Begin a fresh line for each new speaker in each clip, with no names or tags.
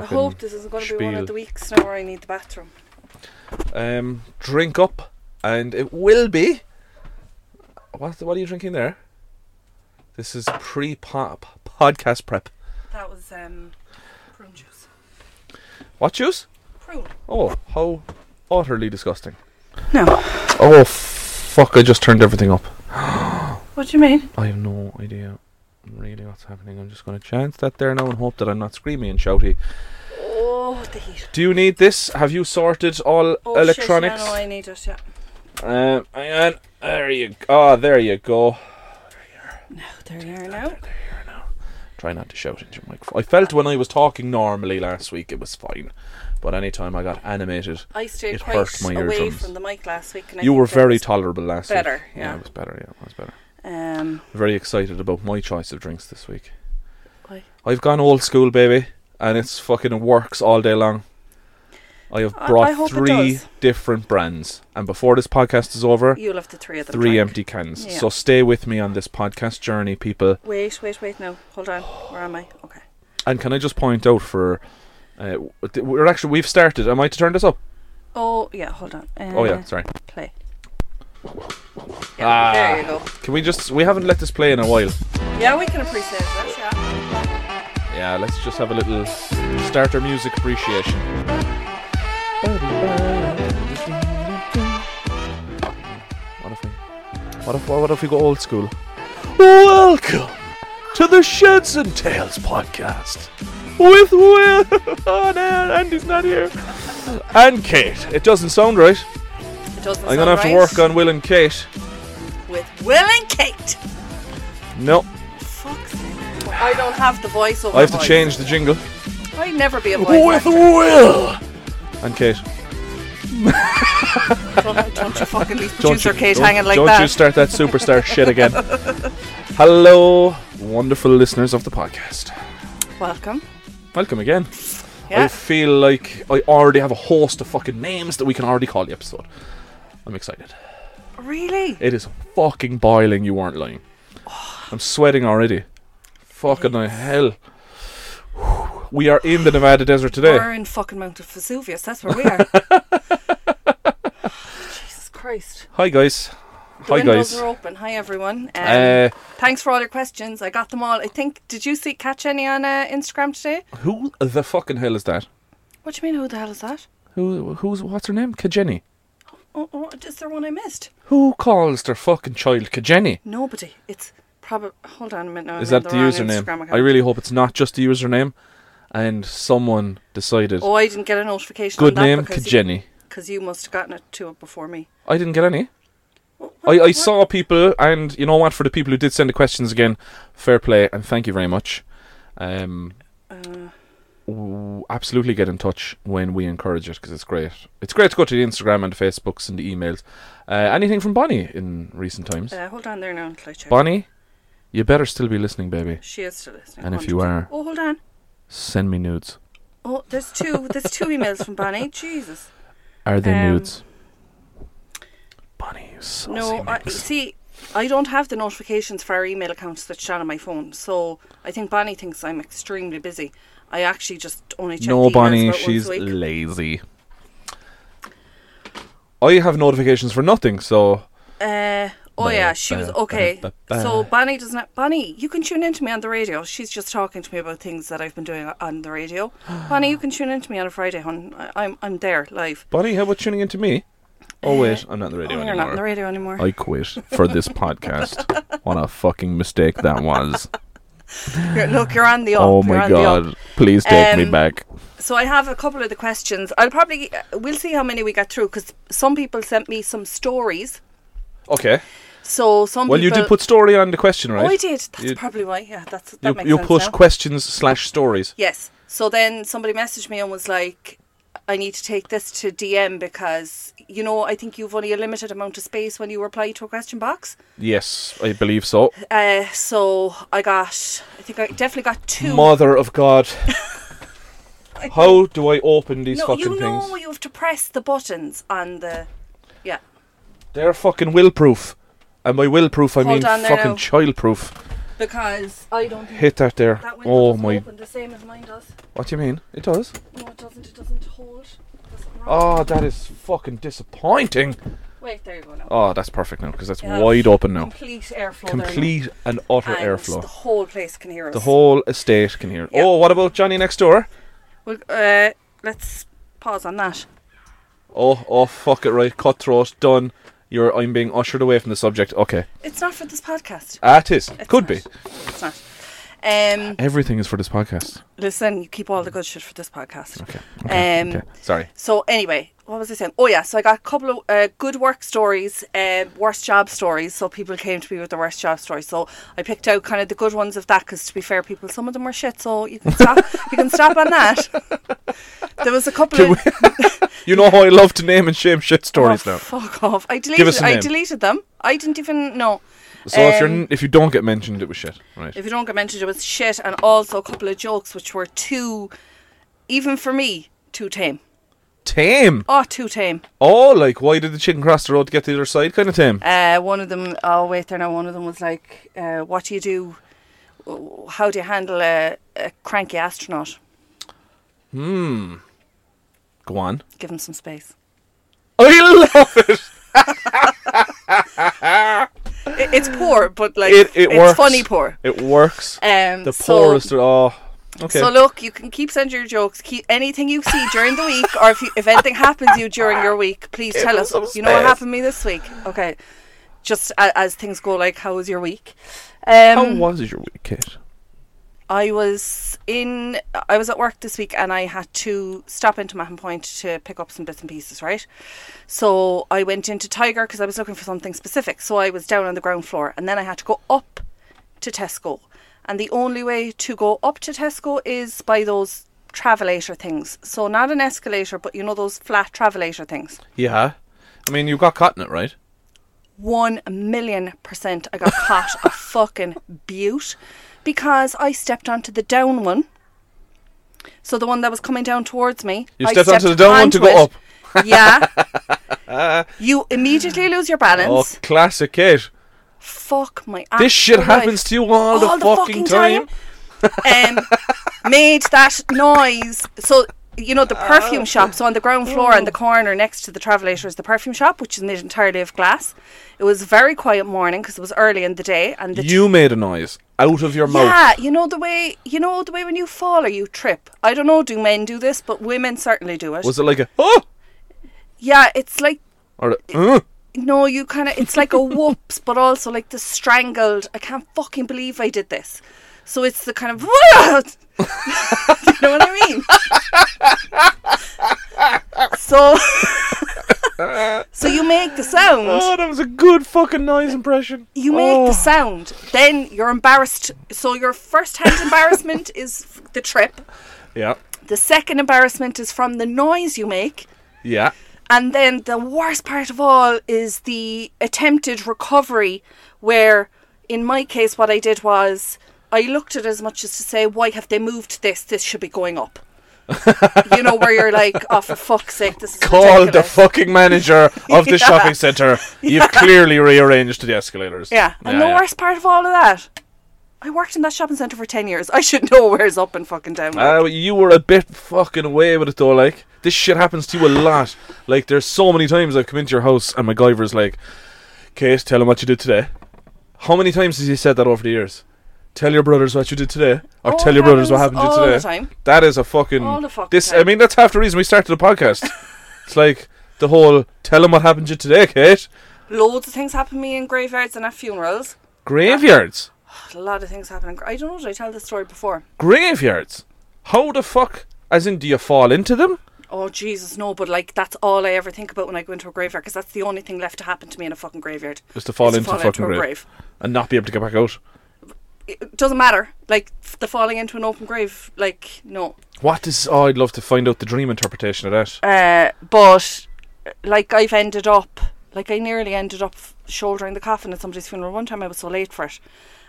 I
fucking
hope this isn't going to be one
spiel.
of the weeks now where I need the bathroom.
Um, drink up, and it will be. What What are you drinking there? This is pre podcast prep.
That was um, prune juice.
What juice?
Prune.
Oh, how utterly disgusting!
No.
Oh fuck! I just turned everything up.
What do you mean?
I have no idea really what's happening. I'm just going to chance that there now and hope that I'm not screaming and shouty.
Oh, the heat.
Do you need this? Have you sorted all
Oh,
electronics?
Shit, yeah, no, I need it, yeah.
Um, hang on. There you. Ah, there you go.
There you are now.
Try not to shout into your microphone. I felt when I was talking normally last week, it was fine, but any time I got animated,
I stayed
It
quite
hurt my
away
eardrums.
from the mic last week. And I
you
think
were
that
very
was-
tolerable last
better,
week.
yeah.
it was better. Yeah, it was better.
Um,
Very excited about my choice of drinks this week.
Why?
I've gone old school, baby, and it's fucking works all day long. I have
I- I
brought
hope it
three
does.
different brands, and before this podcast is over,
you'll have the three of them.
three
drank.
empty cans.
Yeah.
So stay with me on this podcast journey, people.
Wait, wait, wait. No, hold on. Where am I? Okay.
And can I just point out for uh, th- we're actually we've started. Am I to turn this up?
Oh yeah, hold on. Uh,
oh yeah, sorry.
Play. Yeah,
Ah.
There you go.
Can we just we haven't let this play in a while.
Yeah, we can appreciate that. Yeah.
Yeah, let's just have a little starter music appreciation. What if we what if what if we go old school? Welcome to the Sheds and Tails podcast with Will. Oh no, Andy's not here. And Kate. It doesn't sound right.
It doesn't
I'm gonna have to work on Will and Kate.
with Will and Kate.
No,
Fuck's sake. I don't have the voiceover.
I have to
voice.
change the jingle.
I'd never be a voice
With
actor.
Will and Kate.
Don't, don't you fucking leave
Don't
producer
you-
Kate
don't-
hanging like
don't you
that.
start that superstar shit again. Hello, wonderful listeners of the podcast.
Welcome.
Welcome again. I
Yeah.
feel like I already have a host of fucking names that we can already call the episode. I'm excited.
Really?
It is fucking boiling, you weren't lying. I'm sweating already. Fucking hell. We are in the Nevada desert today.
We're in fucking Mount of Vesuvius. That's where we are. Jesus Christ.
Hi guys.
The
Hi
windows
guys.
are open. Hi everyone. Um,
Uh,
thanks for all your questions. I got them all. I think. Did you see catch any on uh, Instagram today?
who the fucking hell is that?
What do you mean? Who the hell is that?
Who who's what's her name? Kajenny.
Oh, oh, is there one I missed?
Who calls their fucking child Kajenny?
Nobody. It's probably. Hold on a minute. Now. I'm
Is
in
that the
wrong
username?
Instagram account.
I really hope it's not just the username and someone decided
Oh, I didn't get a notification.
good
on that
name
because
Kajenny.
You, 'cause you must have gotten it to it before me.
I didn't get any.
What-
I, I
what-
saw people, and you know what? For the people who did send the questions again, fair play, and thank you very much. Um,
Uh,
w- absolutely get in touch when we encourage it because it's great. It's great to go to the Instagram and the Facebooks and the emails. Uh, anything from Bonnie in recent times?
uh, hold on there now until I check.
Bonnie, you better still be listening, baby.
she is still listening.
And if you are,
Oh, hold on.
send me nudes.
Oh, there's two. There's two emails from Bonnie. Jesus.
Are they
Um,
nudes? Bonnie, you saucy
No, I,
minx.
see, I don't have the notifications for our email accounts that's on my phone. So I think Bonnie thinks I'm extremely busy. I actually just only check
No,
the emails
Bonnie,
about
she's
once a week.
lazy. I have notifications for nothing, so
Uh, oh
Ba-
yeah, she was
ba-
okay.
ba- ba- ba.
So Bonnie does not. Bonnie, you can tune in to me on the radio. She's just talking to me about things that I've been doing o- on the radio. Bonnie, you can tune in to me on a Friday, hon. I, I'm I'm there live.
Bonnie, how about tuning in to me? Oh wait, I'm not on the radio
Oh, you're
anymore.
not on the radio anymore.
I quit for this podcast. What a fucking mistake that was.
You're- look, you're on the up.
oh
you're
my
on the up.
god. Please take me
Um,
back.
So I have a couple of the questions. I'll probably uh, we'll see how many we got through because some people sent me some stories.
Okay.
So some
Well you
people,
did put story on the question, right?
Oh, I did. That's
You-
probably why. Yeah, that's that
you
makes
you
sense
put
now.
questions slash stories.
Yes. So then somebody messaged me and was like, I need to take this to DM because, you know, I think you've only a limited amount of space when you reply to a question box.
Yes, I believe so.
Uh, so I got, I think I definitely got two.
Mother of God.
I-
How do I open these
no,
fucking
you know
things?
you have to press the buttons on the. Yeah.
They're fucking will proof. And by will proof I
Hold
mean
on there
fucking
now.
child proof.
because I don't think
Hit that there.
that window
Oh
doesn't
my.
open the same as mine does.
What do you mean? It does.
No, it doesn't. It doesn't hold. There's something wrong.
Oh, that is fucking disappointing.
Wait, there you go now.
Oh, that's perfect now because that's
Yeah.
wide open now.
Complete airflow. there now.
Complete and utter
And
airflow.
The whole place can hear us.
The whole estate can hear. it.
Yeah.
Oh, what about Johnny next door?
Well, uh, let's pause on that.
Oh, oh, fuck it, right. Cutthroat, done. You're, I'm being ushered away from the subject. Okay.
It's not for this podcast.
Ah, it is.
It's
Could be.
not. It's not. Um,
Everything is for this podcast.
listen, you keep all the good shit for this podcast.
Okay. Okay.
Um,
okay. Sorry.
So anyway, what was I saying? Oh yeah, so I got a couple of uh, good work stories, uh, worst job stories. So people came to me with the worst job stories. So I picked out kind of the good ones of that because to be fair, people some of them were shit. So you can stop. you can stop on that. There was a couple
Can
of
You know how I love to name and shame shit stories
Oh,
now.
Fuck off! I deleted.
us a
I
name.
deleted them. I didn't even know.
So if you're
Um,
n- if you don't get mentioned, it was shit. Right.
if you don't get mentioned, it was shit, and also a couple of jokes which were too, even for me, too tame.
tame.
Oh, too tame.
Oh, like why did the chicken cross the road to get to the other side? Kind of tame.
Uh, one of them, oh, wait there now, one of them was like, uh, what do you do? w- How do you handle a, a cranky astronaut?
Go on.
Give him some space.
I love it.
It, it's poor, but like,
It, it
it's
works.
funny poor.
It works.
Um,
the
so-
poorest. oh. Okay.
So look, you can keep sending your jokes. Keep anything you see during the week, or if you, if anything happens to you during your week, please
Give
tell
them
us.
some
You know what
space.
happened to me this week? Okay, just as, as things go, like how was your week?
how
Um,
was your week, Kate?
I was in. I was at work this week, and I had to stop into Mahon Point to pick up some bits and pieces. Right, so I went into Tiger because I was looking for something specific. So I was down on the ground floor, and then I had to go up to Tesco, and the only way to go up to Tesco is by those travelator things. So not an escalator, but you know those flat travelator things.
Yeah. I mean, you got caught in it, right?
One million percent, I got caught a fucking beaut because I stepped onto the down one. So the one that was coming down towards me,
You
I
stepped onto the down one to
onto
go
it. Yeah, you immediately lose your
Oh,
balance.
classic Kate.
Fuck my.
This shit
actual life.
happens to you all, the, fucking, time.
time. um, made that noise. So you know the
Oh,
perfume shop. So on the ground floor, in the corner next to the travelator, is the perfume shop, which is made entirely of glass. It was a very quiet morning because it was early in the day, and the
You made a noise out of your mouth.
yeah, you know the way you know the way when you fall or you trip. I don't know. Do men do this? But women certainly do it.
Was it like a oh
yeah, it's like
or a, uh,
no, you kind of it's like a whoops, but also like the strangled. I can't fucking believe I did this. So it's the kind of you know what I mean. so so you make the sound.
oh that was a good fucking noise impression.
You make
Oh.
the sound. Then you're embarrassed. So your first hand embarrassment is f- the trip.
Yeah.
The second embarrassment is from the noise you make.
Yeah.
And then the worst part of all is the attempted recovery, where in my case, what I did was I looked at it as much as to say, why have they moved this? This should be going up. you know, where you're like, oh, for fuck's sake, this is
Call the
ridiculous."
fucking manager of the
Yeah.
shopping centre. You've clearly rearranged the escalators.
Yeah, and the worst part of all of that, I worked in that shopping centre for 10 years. I should know where's up and fucking down.
Uh, you were a bit fucking away with it though, like. This shit happens to you a lot. Like, there's so many times I've come into your house and MacGyver's like, Kate, tell him what you did today. How many times has he said that over the years? Tell your brothers what you did today. Or
Oh,
tell
it
your brothers what
happens
happened to you
all
today.
the time.
That is a fucking.
All the fucking
this, I
time.
mean, that's half the reason we started the podcast. it's like the whole tell him what happened to you today, Kate.
Loads of things happen to me in graveyards and at funerals.
Graveyards.
A lot of things happen. In gra- I don't know, did I tell this story before?
Graveyards. How the fuck? As in, do you fall into them?
Oh Jesus, no! But like that's all I ever think about when I go into a graveyard, because that's the only thing left to happen to me in a fucking graveyard.
Just to fall
is
into the fucking
a
grave. And not be able to get back out.
It doesn't matter. Like f- the falling into an open grave, like no.
What is? Oh, I'd love to find out the dream interpretation of that.
Uh, but like I've ended up, like I nearly ended up f- shouldering the coffin at somebody's funeral. One time I was so late for it,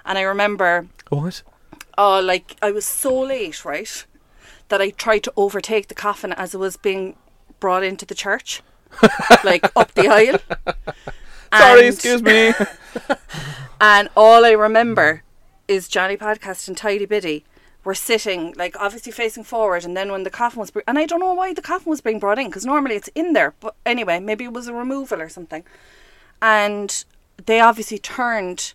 and I remember,
What?
oh, like I was so late, right, that I tried to overtake the coffin as it was being brought into the church, like up the aisle. And-
Sorry, excuse me.
And all I remember is Johnny Podcast and Tidy Biddy were sitting like obviously facing forward, and then when the coffin was br- and I don't know why the coffin was being brought in because normally it's in there, but anyway, maybe it was a removal or something, and they obviously turned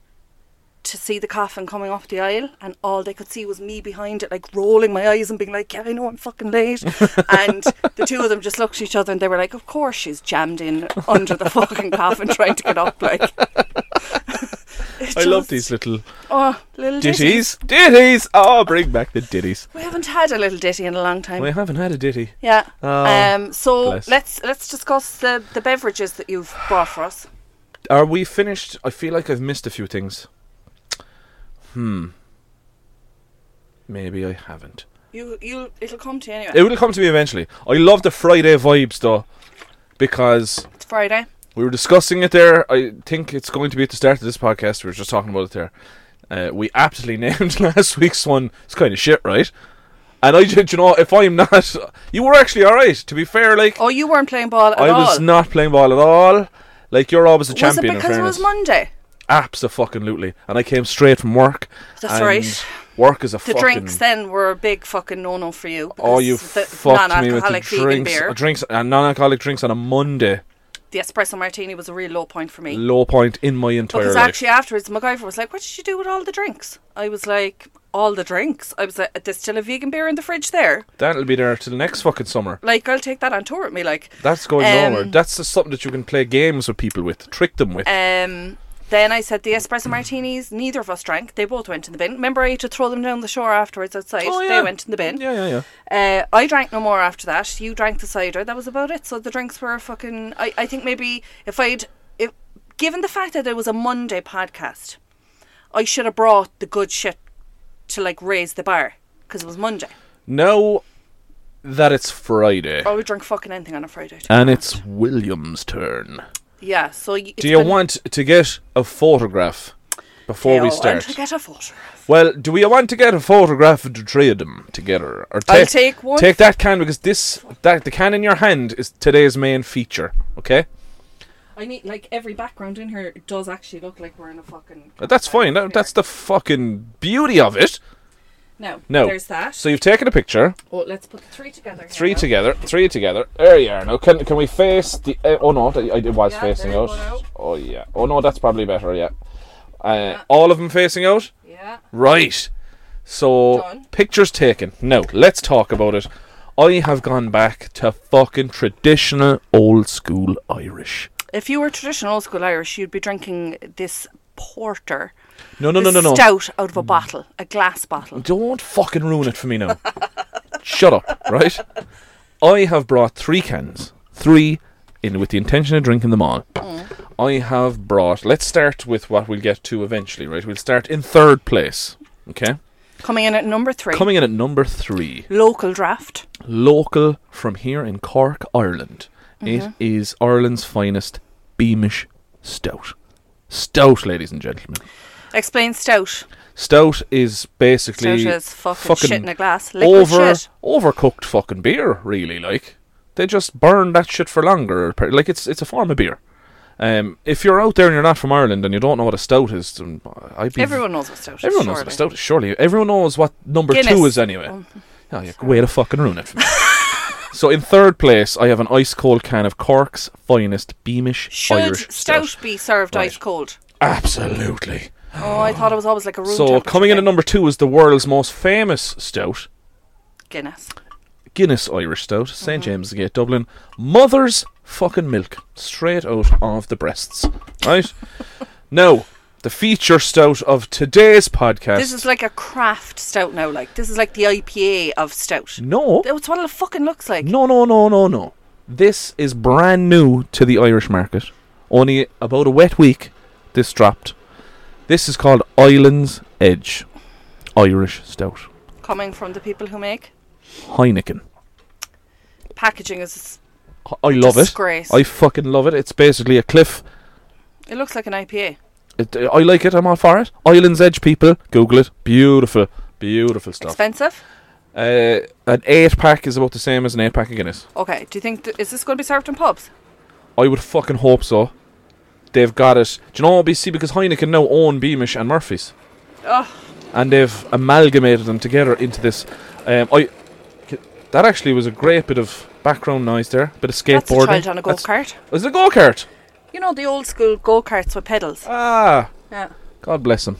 to see the coffin coming off the aisle, and all they could see was me behind it, like rolling my eyes and being like, "Yeah, I know I'm fucking late." and the two of them just looked at each other, and they were like, "Of course she's jammed in under the fucking coffin trying to get up." Like, It
I love
just-
these little
oh little ditty.
ditties. Ditties! Oh, bring back the ditties.
We haven't had a little ditty in a long time.
We haven't had a ditty.
yeah.
Oh,
um. So
bless.
let's let's discuss the the beverages that you've brought for us.
Are we finished? I feel like I've missed a few things. Hmm. Maybe I haven't.
You you it'll come to you anyway.
It will come to me eventually. I love the Friday vibes though, because
it's Friday.
we were discussing it there. I think it's going to be at the start of this podcast. We were just talking about it there. Uh, we aptly named last week's one. It's kind of shit, right? And I did, you know, if I'm not, you were actually all right. To be fair, like
Oh, you weren't playing ball at
I
all.
was not playing ball at all. Like you're always a
Was it
champion.
because
in
it
fairness.
was Monday?
Absolutely. And I came straight from work.
That's
and
right.
Work is a
The
fucking.
drinks then were a big fucking no no for you.
Oh, you
because the
fucked me with the
non-alcoholic vegan
drinks. uh,
beer.
Drinks and non-alcoholic drinks on a Monday.
The espresso martini was a real low point for me.
Low point in my entire
Because
life.
actually afterwards, MacGyver was like, "What did you do with all the drinks?" I was like, "All the drinks." I was like, "There's still a vegan beer in the fridge there.
That'll be there till next fucking summer.
Like, I'll take that on tour with me." Like,
That's going
Um,
nowhere. That's just something that you can play games with people with, trick them with.
um, then I said the espresso martinis. Neither of us drank. They both went in the bin. Remember, I had to throw them down the shore afterwards outside.
Oh, yeah.
They went in the bin.
yeah, yeah, yeah.
Uh, I drank no more after that. You drank the cider. That was about it. So the drinks were fucking. I, I think maybe if I'd. If, given the fact that it was a Monday podcast, I should have brought the good shit to like raise the bar because it was Monday.
Now that it's Friday
I would drink fucking anything on a Friday. to be
and
honest.
it's William's turn,
Yeah, so. y- It's
do you
been-
want to get a photograph before
Yeah,
we
I want
start?
to get a photo.
Well, do we want to get a photograph of the three of them together, or
I'll
take
take one.
take that can because this that the can in your hand is today's main feature. Okay,
I need like every background in here does actually look like we're in a fucking.
But Uh, that's fine. That, that's the fucking beauty of it.
no.
No.
There's that.
So you've taken a picture,
oh, let's put the three together. here
three
now.
together, three together. There you are. Now can can we face the? Uh, oh no, I, I was
Yeah,
facing
there you
out.
go now.
Oh yeah. Oh no, that's probably better. Yeah. Uh, All of them facing out.
Yeah.
Right. So
Done.
pictures taken. Now let's talk about it. I have gone back to fucking traditional old school Irish.
If you were traditional old school Irish, you'd be drinking this porter.
No, no, no,
this
no, no.
Stout out of a bottle, a glass bottle.
Don't fucking ruin it for me now. Shut up, right? I have brought three cans, three, in with the intention of drinking them all. I have brought. Let's start with what we'll get to eventually, right? We'll start in third place. Okay,
Coming in at number three,
coming in at number three.
local draft.
local from here in Cork, Ireland. It
Mm-hmm.
is Ireland's finest Beamish stout. Stout, ladies and gentlemen.
Explain stout.
Stout is
Stout
basically
is fucking, shit in a glass. Liquid
over
shit.
overcooked fucking beer. Really, like they just burn that shit for longer. per- Like it's it's a form of beer. Um, if you're out there and you're not from Ireland and you don't know what a stout is, then I'd be
Everyone knows what stout is.
Mm. Everyone knows what a
surely.
stout is, surely. Everyone knows what number two
Guinness.
is anyway.
Oh.
Oh, yeah, way to fucking ruin it for me. so in third place, I have an ice cold can of Cork's finest Beamish
Should
Irish
stout,
stout.
be served
Right.
ice cold?
Absolutely.
Oh, I thought it was always like a room
So
temperature
coming in at
thing.
number two is the world's most famous stout,
Guinness.
Guinness Irish Stout, saint
Mm-hmm.
James's Gate, Dublin. Mother's fucking milk, straight out of the breasts. Right now, the feature stout of today's podcast.
This is like a craft stout now. Like this is like the IPA of stout.
no.
That's what it fucking looks like.
No, no, no, no, no. This is brand new to the Irish market. Only about a wet week, this dropped. This is called Island's Edge Irish Stout
Coming from the people who make
Heineken.
packaging is
I- I love it.
disgrace.
I fucking love it. It's basically a cliff.
It looks like an IPA.
It, I like it. I'm all for it. Island's Edge, people. Google it. Beautiful, beautiful stuff.
Expensive.
Uh, an eight pack is about the same as an eight pack of Guinness.
Okay. Do you think th- is this going to be served in pubs?
I would fucking hope so. They've got it. Do you know what? See, because Heineken now own Beamish and Murphy's.
Ugh.
and they've amalgamated them together into this. Um, I c- that actually was a great bit of background noise there, bit of
That's
skateboarding.
a child on a go
That's- oh,
kart.
Is it a go kart?
You know the old school go karts with pedals.
Ah,
Yeah.
God bless him.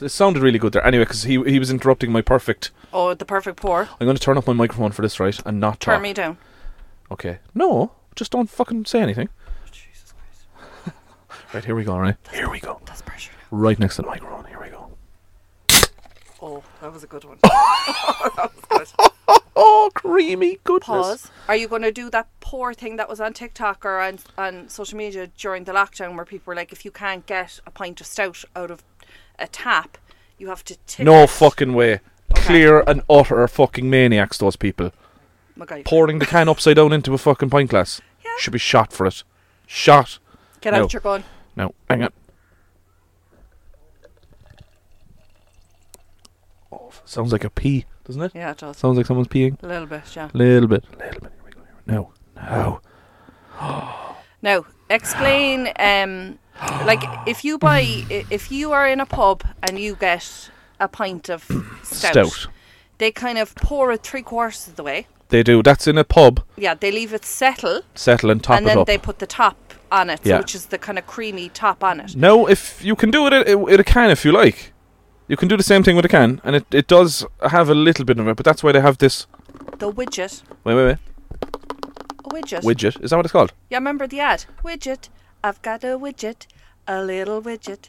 It sounded really good there. Anyway, because he he was interrupting my perfect.
Oh, the perfect pour.
I'm going to turn up my microphone for this, right, and not
Turn
talk.
me down.
Okay. No, just don't fucking say anything.
Jesus Christ,
Right here we go. Right here we go.
that's pressure.
Right next to the microphone. Here we go.
Oh, that was a good one. that was good.
Oh, creamy goodness.
Pause. Are you going to do that poor thing that was on TikTok or on, on social media during the lockdown where people were like, if you can't get a pint of stout out of a tap, you have to tip
No
it.
fucking way. Clear and utter fucking maniacs. Those people
MacGyver.
pouring the can upside down into a fucking pint glass.
Yeah.
Should be shot for it. Shot.
Get
No.
out your gun.
No, hang on. Oh, sounds like a pee, doesn't it?
Yeah, it does.
Sounds like someone's peeing.
A little bit, yeah.
Little bit. Little bit. Here we go. Here we go. No. No.
Now, explain, um, like, if you buy, i- if you are in a pub and you get a pint of stout,
Stout.
they kind of pour it three quarters of the way.
They do. That's in a pub.
Yeah, they leave it settle
Settle and top
and
it
then
up.
they put the top on it,
Yeah.
so which is the kind of creamy top on it.
No, if you can do it i- with a can, if you like, you can do the same thing with a can, and it, it does have a little bit of it. But that's why they have this.
The widget.
Wait, wait, wait.
A widget.
Widget. Is that what it's called?
yeah, remember the ad? Widget. I've got a widget. A little widget.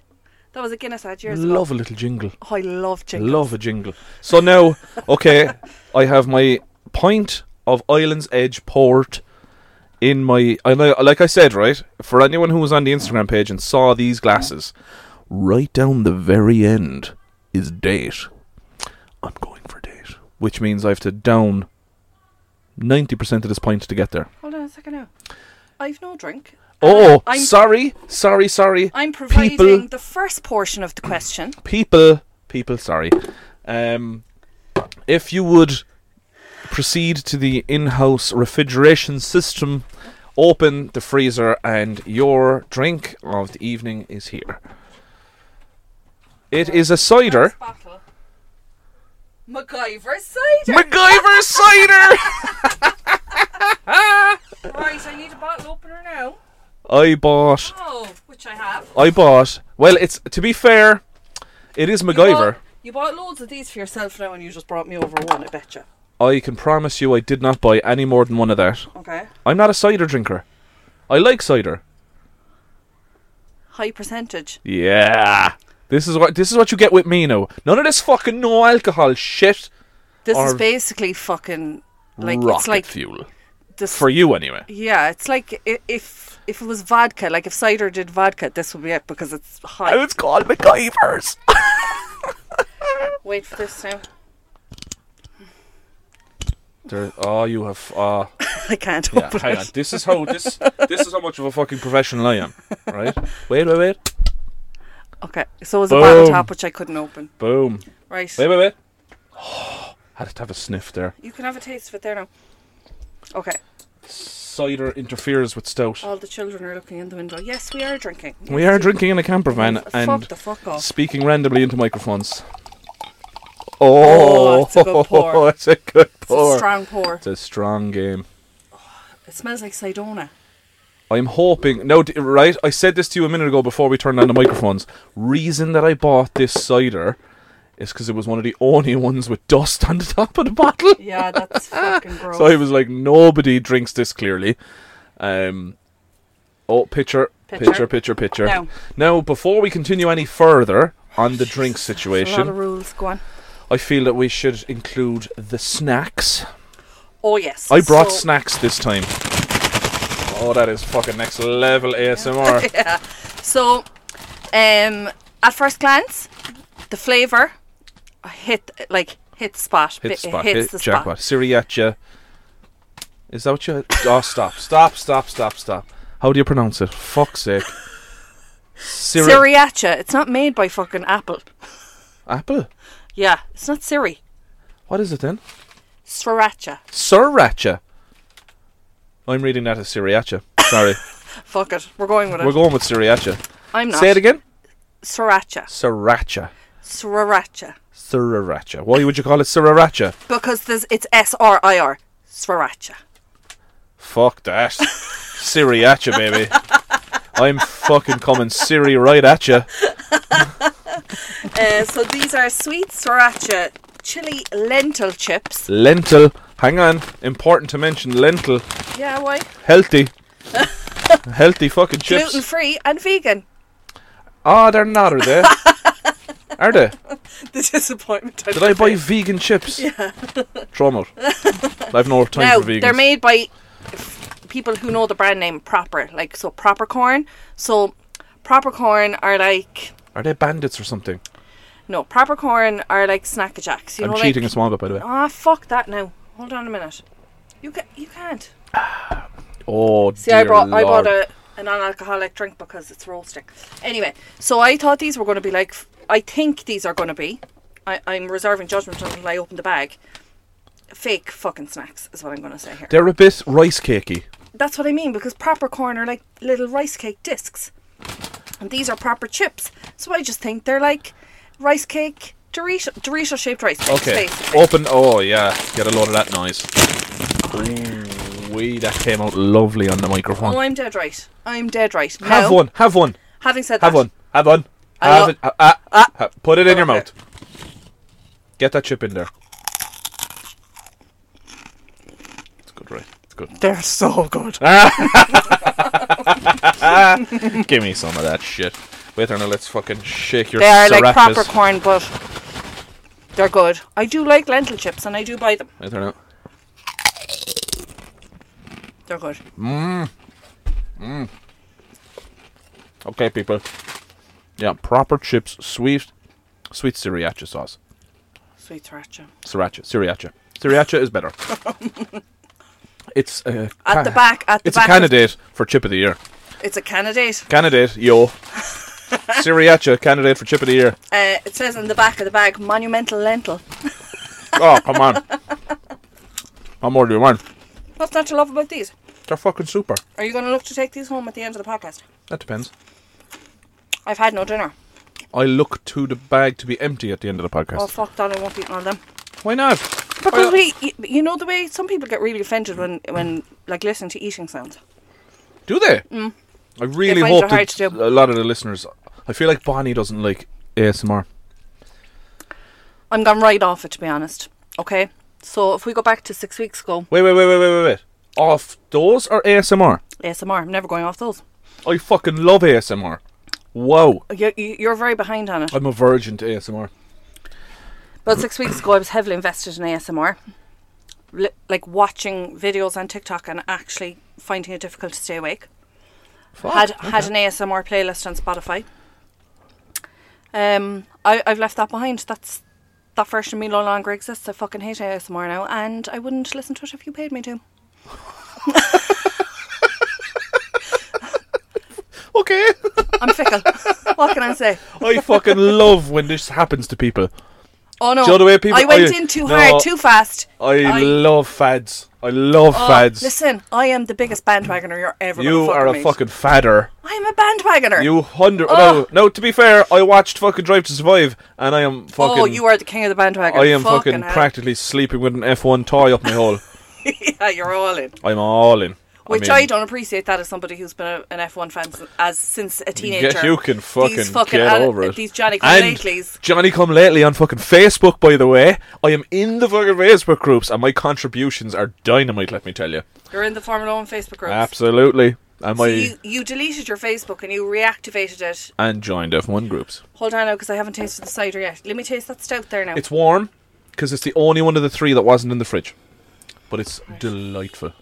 That was a Guinness ad years ago.
Love a little jingle.
Oh, I love jingles.
Love a jingle. So now, okay, I have my pint of Island's Edge port in my. I know, like I said, right? For anyone who was on the Instagram page and saw these glasses, right down the very end is date. I'm going for date, which means I have to down ninety percent of this pint to get there.
Hold on a second now. I've no drink.
Oh,
I'm-
sorry, sorry, sorry.
I'm providing
People-
the first portion of the question.
people, people, sorry. Um, if you would proceed to the in-house refrigeration system, open the freezer, and your drink of the evening is here. It is a cider,
Bottle. MacGyver cider.
MacGyver cider.
right, I need a bottle opener now.
I bought.
Oh, which I have.
I bought. Well, it's to be fair, it is MacGyver.
You bought, you bought loads of these for yourself now, and you just brought me over one. I betcha.
I can promise you, I did not buy any more than one of that.
Okay.
I'm not a cider drinker. I like cider.
High percentage.
Yeah. This is what this is what you get with me now. None of this fucking no alcohol shit.
This is
Or-
basically fucking like
rocket
it's like
fuel
this.
for you anyway.
yeah, it's like i- if if it was vodka, like if cider did vodka, this would be it because it's
And
high.
it's called MacGyver's.
Wait for this now.
There, oh, you have. Uh,
I can't
yeah,
open
hang
it.
on. This is how this this is how much of a fucking professional I am. Right? Wait, wait, wait.
Okay, so it was a bottle
Boom.
top which I couldn't open.
Boom.
Right.
Wait, wait, wait. had to have a sniff there.
You can have a taste of it there now. Okay,
Cider interferes with stout.
all the children are looking in the window. Yes, we are drinking.
We are drinking in a camper van
Fuck
and
the fuck off.
speaking randomly into microphones.
Oh,
Oh,
it's a good pour.
it's a good
It's a
pour.
strong pour.
It's a strong game.
It smells like Sidona.
I'm hoping. No, d- right? I said this to you a minute ago before we turned on the microphones. Reason that I bought this cider is because it was one of the only ones with dust on the top of the bottle.
Yeah, that's fucking gross.
So I was like, nobody drinks this clearly. Um, oh, picture, picture,
Picture.
picture, picture.
Now.
Now, before we continue any further on the drink
There's a lot of
situation,
rules. Go on.
I feel that we should include the snacks.
Oh yes.
I brought
so-
snacks this time. Oh, that is fucking next level ASMR.
yeah. So, um, at first glance, the flavour hit like hit spot.
Hit
Bi-
the spot.
Hits
Hit
the
jackpot. Sriracha. Is that what you? Oh, stop! Stop! Stop! Stop! Stop! How do you pronounce it? Fuck's sake. Siri-
spot. Sriracha. It's not made by fucking Apple.
Apple.
Yeah, it's not Siri.
What is it then?
Sriracha.
Sriracha. I'm reading that as sriracha. Sorry,
Fuck it. We're going with it.
we're going with sriracha.
I'm not.
Say it again.
Sriracha.
Sriracha.
Sriracha.
Sriracha. Why would you call it sriracha?
Because there's, it's S R I R. Sriracha.
Fuck that. Sriracha, baby. I'm fucking coming Siri right at you.
Uh, so these are sweet sriracha chili lentil chips.
Lentil. Hang on. Important to mention lentil.
Yeah, why?
Healthy. Healthy fucking chips.
Gluten free and vegan.
Ah, they're not, are they? Are they?
The disappointment.
Did I buy vegan chips? Yeah. Throw 'em out. I've no time
Now
for vegans.
they're made by f- people who know the brand name proper, like so proper corn. So proper corn are like
Are they bandits or something?
no proper corn are like snacker jacks. You
I'm
know,
cheating a
like
small bit, by the way.
ah fuck that now. Hold on a minute. You ca- you can't.
Oh,
See, I
dear
brought I bought
Lord.
a, a non-alcoholic drink because it's roasting. Anyway, so I thought these were going to be like I think these are going to be. I, I'm reserving judgment until I open the bag. Fake fucking snacks is what I'm going to say here.
They're a bit rice cakey.
That's what I mean because proper corn are like little rice cake discs, and these are proper chips. So I just think they're like rice cake Dorito Dorito shaped rice cakes.
Okay.
basically.
Open. Oh yeah. Get a load of that noise. Ooh, wee, that came out lovely on the microphone.
Oh, I'm dead right. I'm dead right.
have
now,
one. Have one.
Having said
Have
that,
one. Have one.
I
Have
lo-
it. Ah, ah,
Ah.
ha- put it in your
Okay.
mouth. Get that chip in there. It's good, right? It's good.
they're so good.
Give me some of that shit. Wait there now. Let's fucking shake your.
They are like
srirachas.
proper corn, but they're good. I do like lentil chips, and I do buy them.
Wait there now.
They're good.
Okay, people. Yeah, proper chips, sweet, sweet sriracha sauce.
Sweet sriracha.
Sriracha, sriracha. Sriracha is better. it's a,
At the back, at the
it's a
back.
candidate for chip of the year.
It's a candidate.
Candidate, yo. sriracha, candidate for chip of the year.
Uh, it says in the back of the bag, monumental lentil.
Oh, come on. What more do you want?
What's not to love about these?
They're fucking super.
Are you going to look to take these home at the end of the podcast?
That depends.
I've had no dinner.
I look to the bag to be empty at the end of the podcast.
Oh fuck that! I won't be eating all them.
Why not?
Because
Why-
we, y- you know, the way some people get really offended when, when like, listening to eating sounds.
Do they? I
They find Mm.
really
it
hope
hard
that
to do.
a lot of the listeners. I feel like Bonnie doesn't like ASMR.
I'm gone right off it, to be honest. Okay, so if we go back to six weeks ago,
Wait, wait, wait, wait, wait, wait, wait. Off those or ASMR?
ASMR. I'm never going off those.
I fucking love ASMR. Wow,
You- you- You're very behind on it.
I'm a virgin to ASMR.
About six weeks ago, I was heavily invested in ASMR, li- like watching videos on TikTok and actually finding it difficult to stay awake.
Fuck.
had had an ASMR playlist on Spotify. Um, I, I've left that behind. That's that version of me no longer exists. I fucking hate ASMR now, and I wouldn't listen to it if you paid me to.
okay.
I'm fickle. what can I say?
I fucking love when this happens to people.
Oh no!
Do you know the way people-
I went
I-
in too
no.
hard, too fast.
I,
I-
love fads. I love
Oh,
fads.
Listen, I am the biggest bandwagoner you're ever.
you
gonna
are a
meet.
fucking fadder.
I'm a bandwagoner.
You hundred.
Oh.
No, no. To be fair, I watched fucking Drive to Survive, and I am fucking.
oh, you are the king of the bandwagon.
I am fucking,
hell.
practically sleeping with an F1 toy up my hole.
yeah, you're all in.
I'm all in.
Which
I
I,
mean,
don't appreciate that as somebody who's been a, an F1 fan s- as since a teenager.
you can fucking,
these fucking
get
al-
over it.
These Johnny
And
Lately's.
Johnny Come Lately on fucking Facebook, by the way. I am in the fucking Facebook groups, and my contributions are dynamite. Let me tell you.
You're in the Formula One Facebook groups.
Absolutely. And
So
my
you, you deleted your Facebook and you reactivated it.
and joined F1 groups.
Hold on now, because I haven't tasted the cider yet. Let me taste that stout there now.
It's warm because it's the only one of the three that wasn't in the fridge, but it's delightful.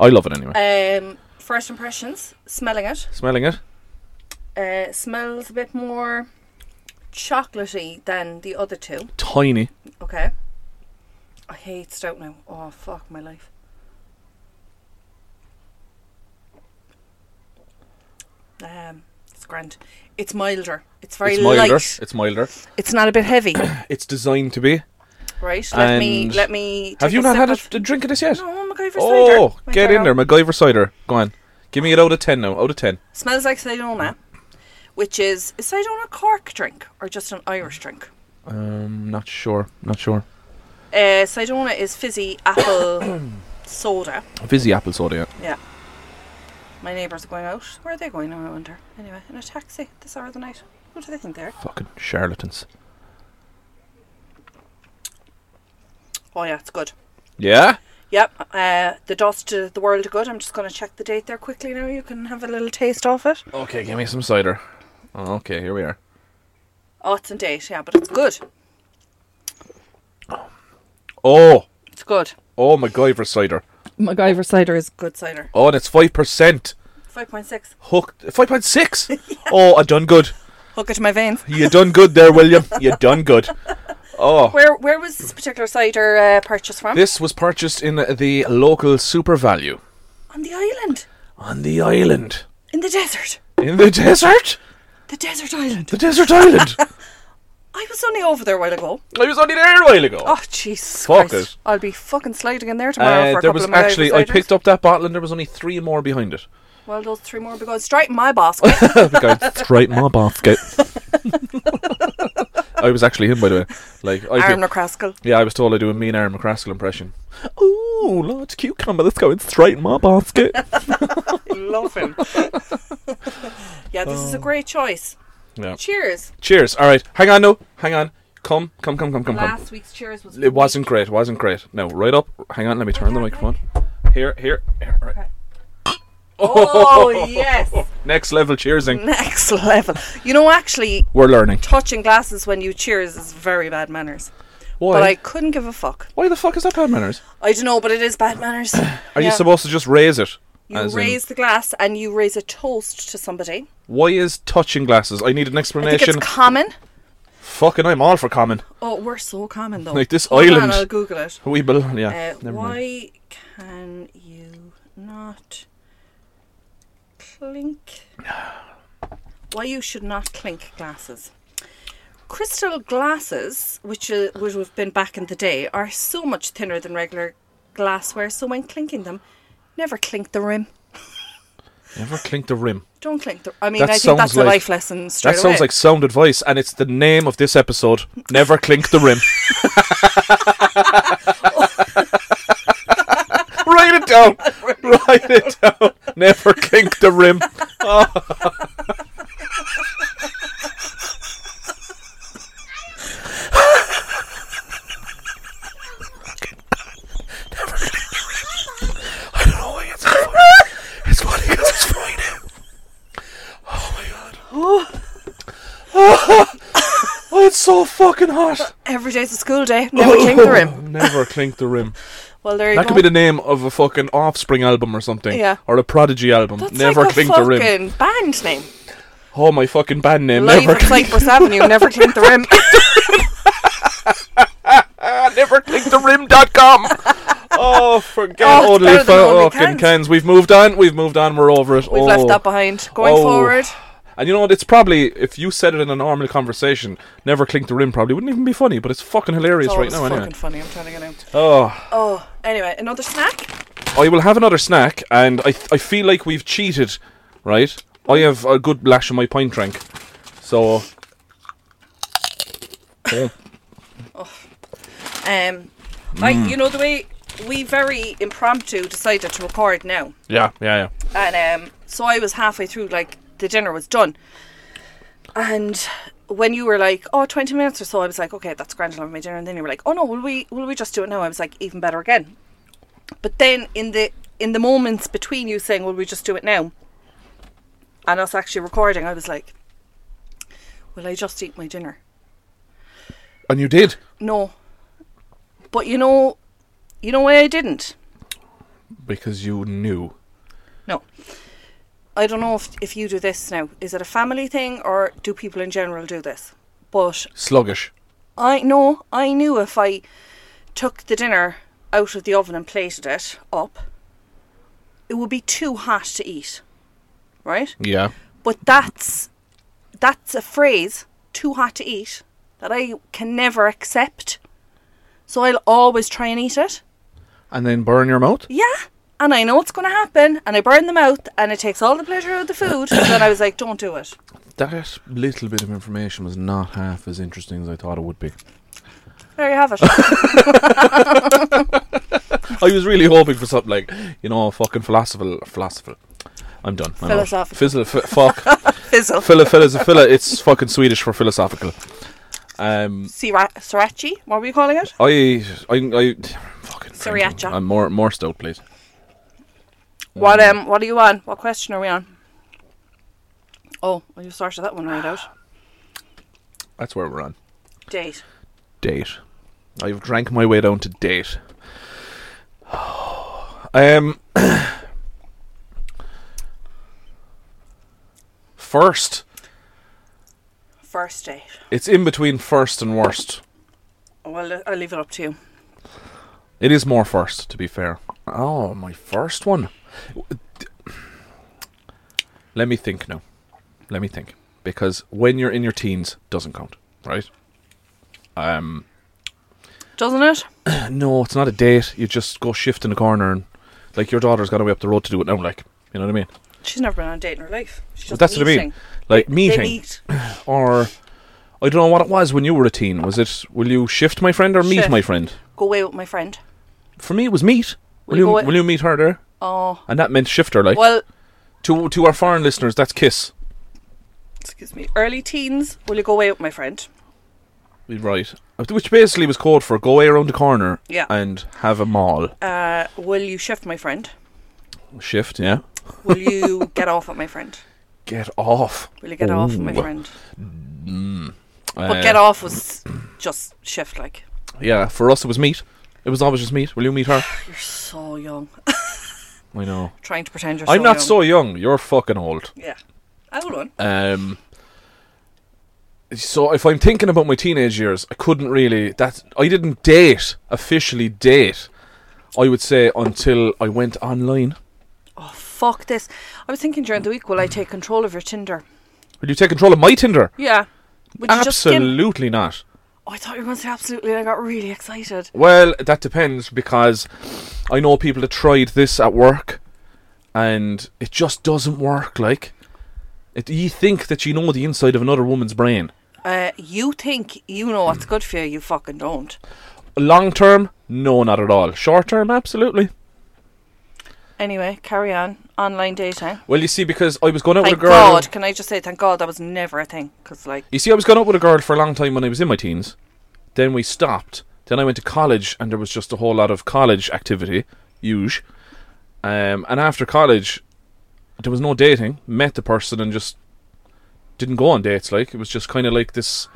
I love it anyway.
um, first impressions, smelling it.
Smelling it.
Uh, smells a bit more chocolatey than the other two.
Tiny.
Okay. I hate stout now. Oh, fuck my life. Um, it's grand. It's milder. It's very
it's milder.
light.
It's milder.
It's not a bit heavy,
It's designed to be.
right? Let me.
And
Let me. Take
Have you
a
not
sip
had a,
of-
a drink of this yet?
No, MacGyver
Oh,
cider. My
get
God.
in there, MacGyver cider. Go on, give me it out of ten now. Out of ten.
Smells like cider, which is is cider a Cork drink or just an Irish drink?
Um, not sure. Not sure.
Uh, Sidona is fizzy apple soda.
Fizzy apple soda. Yeah.
My neighbours are going out. Where are they going now, I wonder? Anyway, in a taxi this hour of the night. Who do they think they're?
Fucking charlatans.
Oh, yeah, it's good.
Yeah.
Yep, uh, the dust to the world of good. I'm just going to check the date there quickly now. You can have a little taste of it.
Okay, give me some cider. Oh, okay, here we are.
Oh, it's in date, yeah, but it's good.
Oh,
It's good.
oh, MacGyver cider.
MacGyver cider is good cider.
Oh, and it's five percent.
5.6.
Hooked. Five point six. Oh, I done good.
Hook it to my veins.
You done good there, William. You done good. Oh,
Where where was this particular cider uh, purchased from?
this was purchased in the local super value
On the island.
on the island
In the desert.
in the desert.
The desert island.
The desert island.
I was only over there a while ago.
I was only there a while ago.
Oh, Jesus
Fuck
Christ.
it.
I'll be fucking sliding in there tomorrow for
Uh,
a
there
couple
was
of MacGyver
actually I
ciders.
picked up that bottle and there was only three more behind it.
Well, those three more will be going straight in my basket.
Going straight in my basket. I was actually him by the way. Like I
Aaron
do,
McCraskill.
yeah, I was told I do a mean Aaron McCraskill impression. Ooh, large cucumber that's going straight in my basket.
Love him. yeah, this is a great choice.
yeah.
Cheers.
Cheers. All right, hang on, no, hang on. Come, come, come, come, come, come.
Last week's cheers was.
It wasn't great. Wasn't great. No, right up. Hang on. Let me turn the microphone. Here, here, here. Right.
Okay. Oh, yes.
Next level cheersing.
Next level. You know, actually,
We're learning.
touching glasses when you cheers is very bad manners.
Why?
But I couldn't give a fuck.
Why the fuck is that bad manners?
I don't know, but it is bad manners.
Are you
Yeah.
supposed to just raise it?
You
As in,
raise the glass and you raise a toast to somebody.
why is touching glasses? I need an
I think it's
explanation.
common.
Fucking, I'm all for common.
Oh, we're so common though.
Like this
Hold
island.
On, I'll Google it.
We belong. Yeah.
Uh,
never mind.
why can you not clink? Why you should not clink glasses? Crystal glasses, which uh, would have been back in the day, are so much thinner than regular glassware. So when clinking them, never clink the rim.
Never clink the rim.
Don't clink the. I mean,
That
I think
sounds
that's
like-
a life lesson straight
that
away.
sounds like sound advice, and it's the name of this episode. Never clink the rim. Write it down. Write it down. Never clink the rim. I don't know why it's funny. It's funny because it's Friday. Oh my god. Oh, it's so fucking hot.
Every day's a school day. Never clink the rim.
Oh, Never clink the rim.
Well, there you
That
go.
could be the name of a fucking Offspring album or something.
Yeah.
Or a Prodigy album.
That's
never
like a
clink the
fucking
rim.
band name.
Oh, my fucking band name.
Live
never
at
clink.
Cypress Avenue. Never clink the rim.
Ah, never clink the rim.com. oh, forget
Oh, it's
only
better than only
fucking
cans.
cans. We've moved on. We've moved on. We're over it.
We've
oh.
left that behind. Going
Oh.
forward,
And you know what? It's probably if you said it in a normal conversation, never clink the rim. Probably wouldn't even be funny, but it's fucking hilarious
oh,
right
it's
now.
fucking
Anyway.
funny. I'm trying to get out.
Oh.
Oh, anyway, another snack.
I will have another snack, and I I feel like we've cheated, right? I have a good lash of my pint drink, so oh,
Um, I,
Mm.
you know the way we very impromptu decided to record now,
yeah, yeah, yeah.
and um, so I was halfway through, like the dinner was done, and when you were like, oh, 20 minutes or so, I was like, okay, that's grand, I'll have my dinner, and then you were like, oh no, will we, will we just do it now? I was like, even better again. But then in the in the moments between you saying, will we just do it now, and us actually recording, I was like, will I just eat my dinner?
And you did.
No. But you know, you know why I didn't?
Because you knew.
No. I don't know if, if you do this now. Is it a family thing or do people in general do this? But
Sluggish.
I know, I knew if I took the dinner out of the oven and plated it up, it would be too hot to eat. Right?
Yeah.
But that's that's a phrase, too hot to eat, that I can never accept. So I'll always try and eat it.
And then burn your mouth?
yeah, and I know it's going to happen, and I burn the mouth, and it takes all the pleasure out of the food. and then I was like, don't do it.
That little bit of information was not half as interesting as I thought it would be.
There you have it.
I was really hoping for something like, you know, fucking philosophical. Philosophical. I'm done. I'm out.
Philosophical.
Fizzle, f- fuck.
Fizzle.
Filla, filla's a filla. It's fucking Swedish for philosophical. Um,
Sira- Sriracha? What were you calling it?
I, I, I, fucking. drinking.
Sriracha.
I'm more, more stout, please.
What um? What are you on? What question are we on? Oh, well, you sorted that one right out.
That's where we're on.
Date.
Date. I've drank my way down to date. um. first,
First date. Oh,
it's in between first and worst.
Well, I'll leave it up to you.
It is more first, to be fair. Oh, my first one. Let me think now. Let me think. Because when you're in your teens, doesn't count, right? Um,
Doesn't it?
no, it's not a date. You just go shift in the corner and, like, your daughter's got to way up the road to do it now, like, you know what I mean?
She's never been on a date in her life. She's
Well,
just
that's what I mean.
meeting.
Like,
They
meeting.
meet.
Or, I don't know what it was when you were a teen. Was it, will you shift my friend or meet
Shift.
my friend?
Go away with my friend.
For me, it was meet. Will,
We
you,
go it-
will you meet her there?
Oh,
And that meant shift her, like.
well,
To to our foreign listeners, that's kiss.
excuse me. Early teens. Will you go away with my friend?
Right. Which basically was code for go away around the corner
Yeah.
and have a mall.
Uh, will you shift my friend?
Shift, yeah.
Will you get off with my friend?
Get off.
Will you get off with my
Ooh.
friend?
Uh,
But get off was just shift like.
Yeah, for us it was meet. It was always just meet. Will you meet her?
You're so young.
I know.
Trying to pretend you're
I'm
so
not
young.
so young. You're fucking old.
Yeah. Oh, I will one.
Um. So if I'm thinking about my teenage years, I couldn't really. That I didn't date officially date. I would say until I went online.
Oh, fuck this. I was thinking during the week, will I take control of your Tinder?
Will you take control of my Tinder?
Yeah. Would you just skim?
Absolutely not.
Oh, I thought you were going to say absolutely. and I got really excited.
Well, that depends because I know people that tried this at work and it just doesn't work. Like, it, you think that you know the inside of another woman's brain.
Uh, you think you know what's good for you, you fucking don't.
Long term, no, not at all. Short term, absolutely.
Anyway, carry on. Online dating.
Well, you see, because I was going out
Thank
with a girl.
God. Can I just say thank God that was never a thing? Because, like,
You see, I was going out with a girl for a long time when I was in my teens. Then we stopped. Then I went to college, and there was just a whole lot of college activity, huge. Um, and after college, there was no dating. Met the person and just didn't go on dates. Like it was just kind of like this.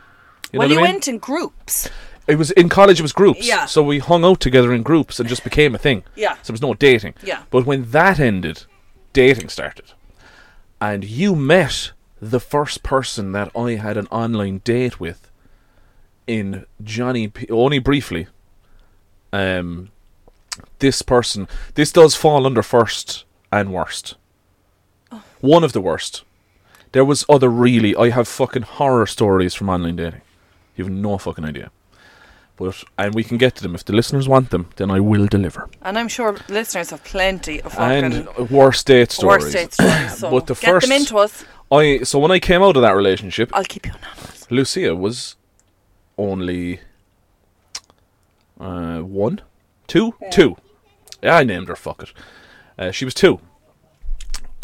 You know
well,
what
you
I mean?
went in groups.
It was in college. It was groups.
Yeah.
So we hung out together in groups and just became a thing.
Yeah.
So there was no dating.
Yeah.
But when that ended, dating started. And you met the first person that I had an online date with in Johnny P- oh, only briefly. Um this person this does fall under first and worst.
Oh.
One of the worst. There was other really I have fucking horror stories from online dating. You have no fucking idea. But and we can get to them if the listeners want them, then I will deliver
And I'm sure listeners have plenty of fucking
and worst date stories.
worst date stories. So
But the
get
first-
them into us.
I so when I came out of that relationship,
I'll keep you anonymous.
Lucia was only uh, one, two, two. Yeah, I named her. Fuck it. Uh, she was two,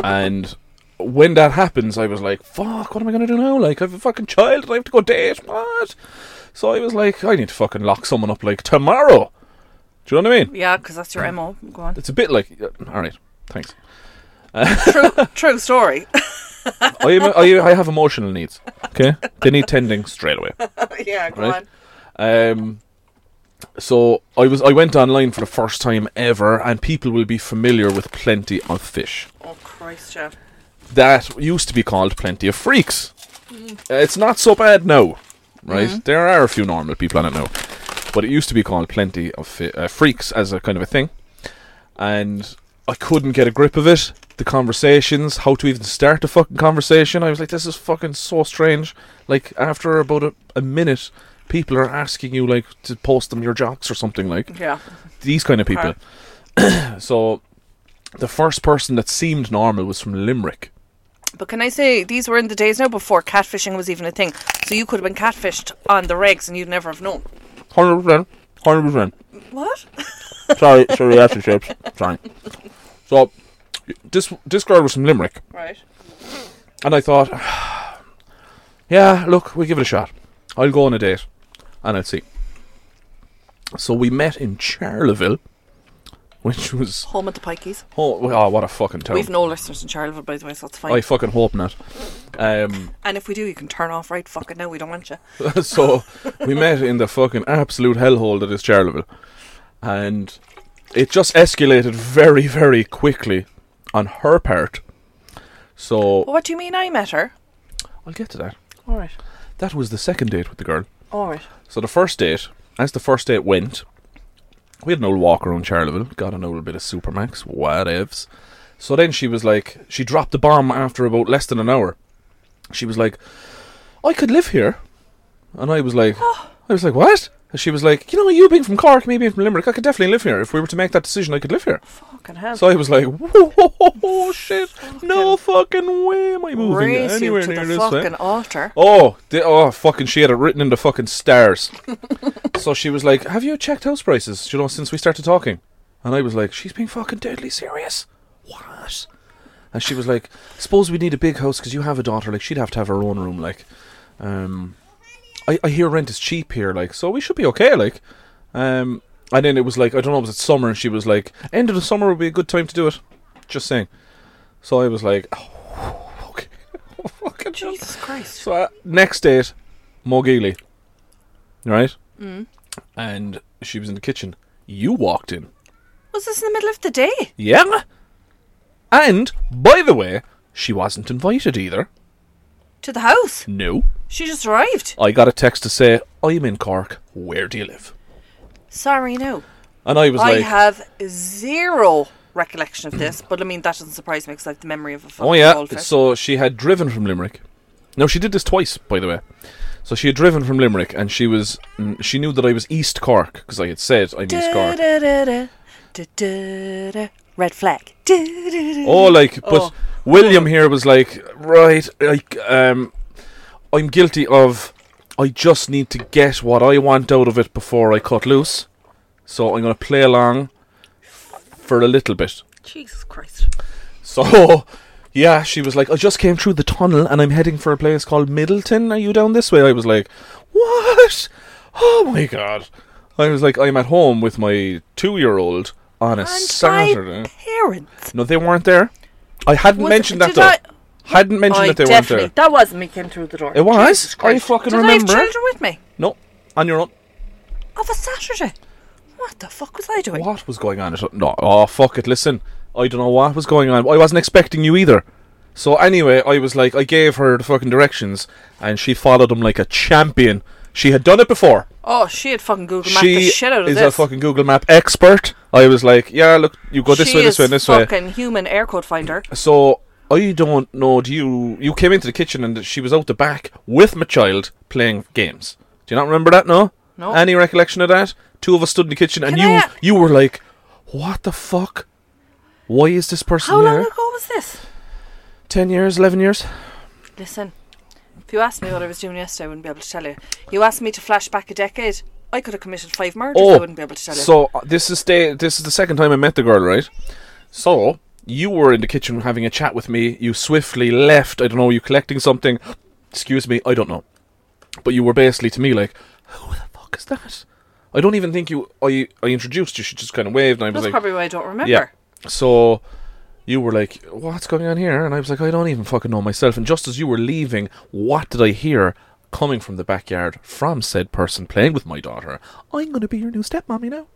and when that happens, I was like, "Fuck! What am I gonna do now? Like, I have a fucking child, and I have to go date. What?" So I was like, "I need to fucking lock someone up like tomorrow." Do you know what I mean?
Yeah, because that's your MO. Go on.
It's a bit like, all right, thanks.
true, true story.
I, am, I, I have emotional needs. Okay, they need tending straight away.
yeah, go
Right. Um, so I was I went online for the first time ever, and people will be familiar with Plenty of Fish.
on. Oh Christ, yeah.
That used to be called Plenty of Freaks. Uh, It's not so bad now, right? There are a few normal people on it now, but it used to be called Plenty of Fi- uh, Freaks as a kind of a thing, and I couldn't get a grip of it. The conversations, how to even start a fucking conversation. I was like, this is fucking so strange. Like after about a, a minute, people are asking you like to post them your jocks or something like
Yeah.
these kind of people. so the first person that seemed normal was from Limerick.
But can I say these were in the days now before catfishing was even a thing, so you could have been catfished on the regs and you'd never have known.
Hundred percent. Hundred percent.
What?
Sorry, sorry, after chips. Sorry. So this this girl was from Limerick,
Right.
and I thought, yeah, look, we'll give it a shot. I'll go on a date, and I'll see. So we met in Charleville, which was
Home at the Pikeys.
oh, oh what a fucking town.
We've no listeners in Charleville, by the way, so it's fine.
I fucking hope not. Um,
and if we do, you can turn off right fucking now. We don't want you.
so we met in the fucking absolute hellhole that is Charleville, and it just escalated very, very quickly on her part. So
What do you mean I met her?
I'll get to that.
All right.
That was the second date with the girl.
All right.
So the first date, as the first date went, we had an old walk around Charleville, got an old bit of Supermax, whatevs. So then she was like, she dropped the bomb after about less than an hour. She was like, I could live here. And I was like, I was like, what? And she was like, you know, you being from Cork, me being from Limerick, I could definitely live here. If we were to make that decision, I could live here.
Fucking hell.
So I was like, whoa, shit, no fucking way am I moving
Raise you
anywhere
to
near
the
this
fucking
thing.
altar.
Oh, they, oh, fucking, she had it written in the fucking stars. so she was like, "Have you checked house prices? You know, since we started talking." And I was like, "She's being fucking deadly serious." What? And she was like, "Suppose we need a big house because you have a daughter. Like, she'd have to have her own room. Like, um, I, I hear rent is cheap here. Like, so we should be okay. Like, um, and then it was like, I don't know, was it summer? And she was like, "End of the summer would be a good time to do it." Just saying. So I was like, "Oh, okay, fucking
Jesus Christ.
so uh, next date, Mogili, right?
Mm.
And she was in the kitchen. You walked in.
Was this in the middle of the day?
Yeah. And by the way, she wasn't invited either.
To the house?
No.
She just arrived.
I got a text to say I'm in Cork. Where do you live?
Sorry, no.
And I was
I
like,
have zero recollection of this, but I mean, that doesn't surprise me because I have the memory of a fucking
Oh yeah.
goldfish.
So she had driven from Limerick. No, she did this twice, by the way. So she had driven from Limerick, and she was mm, she knew that I was East Cork because I had said I'm East Cork.
Da-da-da-da, da-da-da, Red flag. Da-da-da.
Oh, like, but
Oh.
William here was like, right, like, um, I'm guilty of, I just need to get what I want out of it before I cut loose, so I'm gonna play along for a little bit.
Jesus Christ.
So, yeah, she was like, I just came through the tunnel and I'm heading for a place called Middleton. Are you down this way? I was like, What? Oh my god! I was like, I'm at home with my two-year-old on a
And
Saturday.
my parents.
No, they weren't there. I hadn't
Was-
mentioned that
did
though.
I-
Hadn't mentioned
I
that they weren't
definitely.
there.
That wasn't me came through the door.
It was.
Jesus
I
Christ.
fucking
Did
remember.
I have children with me?
No, on your own.
Of a Saturday. What the fuck was I doing?
What was going on? No, oh fuck it. Listen, I don't know what was going on. I wasn't expecting you either. So anyway, I was like, I gave her the fucking directions, and she followed them like a champion. She had done it before.
Oh, she had fucking Google mapped
she
the shit out of
is
this.
a fucking Google Map expert. I was like, yeah, look, you go this
she
way, this way,
is
and this way.
fucking human air code finder.
So I don't know. Do you? You came into the kitchen and she was out the back with my child playing games. Do you not remember that? No.
No.
Any recollection of that? Two of us stood in the kitchen and
Can
you
I uh, a-
you were like, "What the fuck? Why is this person
How
here?
long ago was this?
Ten years, eleven years?
Listen, if you asked me what I was doing yesterday, I wouldn't be able to tell you. You asked me to flash back a decade. I could have committed five murders. I wouldn't be able to tell you.
Oh, So uh, this is day. This is the second time I met the girl, right? So you were in the kitchen having a chat with me. You swiftly left. I don't know. You collecting something? Excuse me. I don't know. But you were basically to me like, who the fuck is that? I don't even think you. I I introduced you. She just kind of waved, and I was
That's
like,
probably why I don't remember.
yeah. So you were like, what's going on here? And I was like, I don't even fucking know myself. And just as you were leaving, what did I hear coming from the backyard from said person playing with my daughter? I'm going to be your new stepmommy now.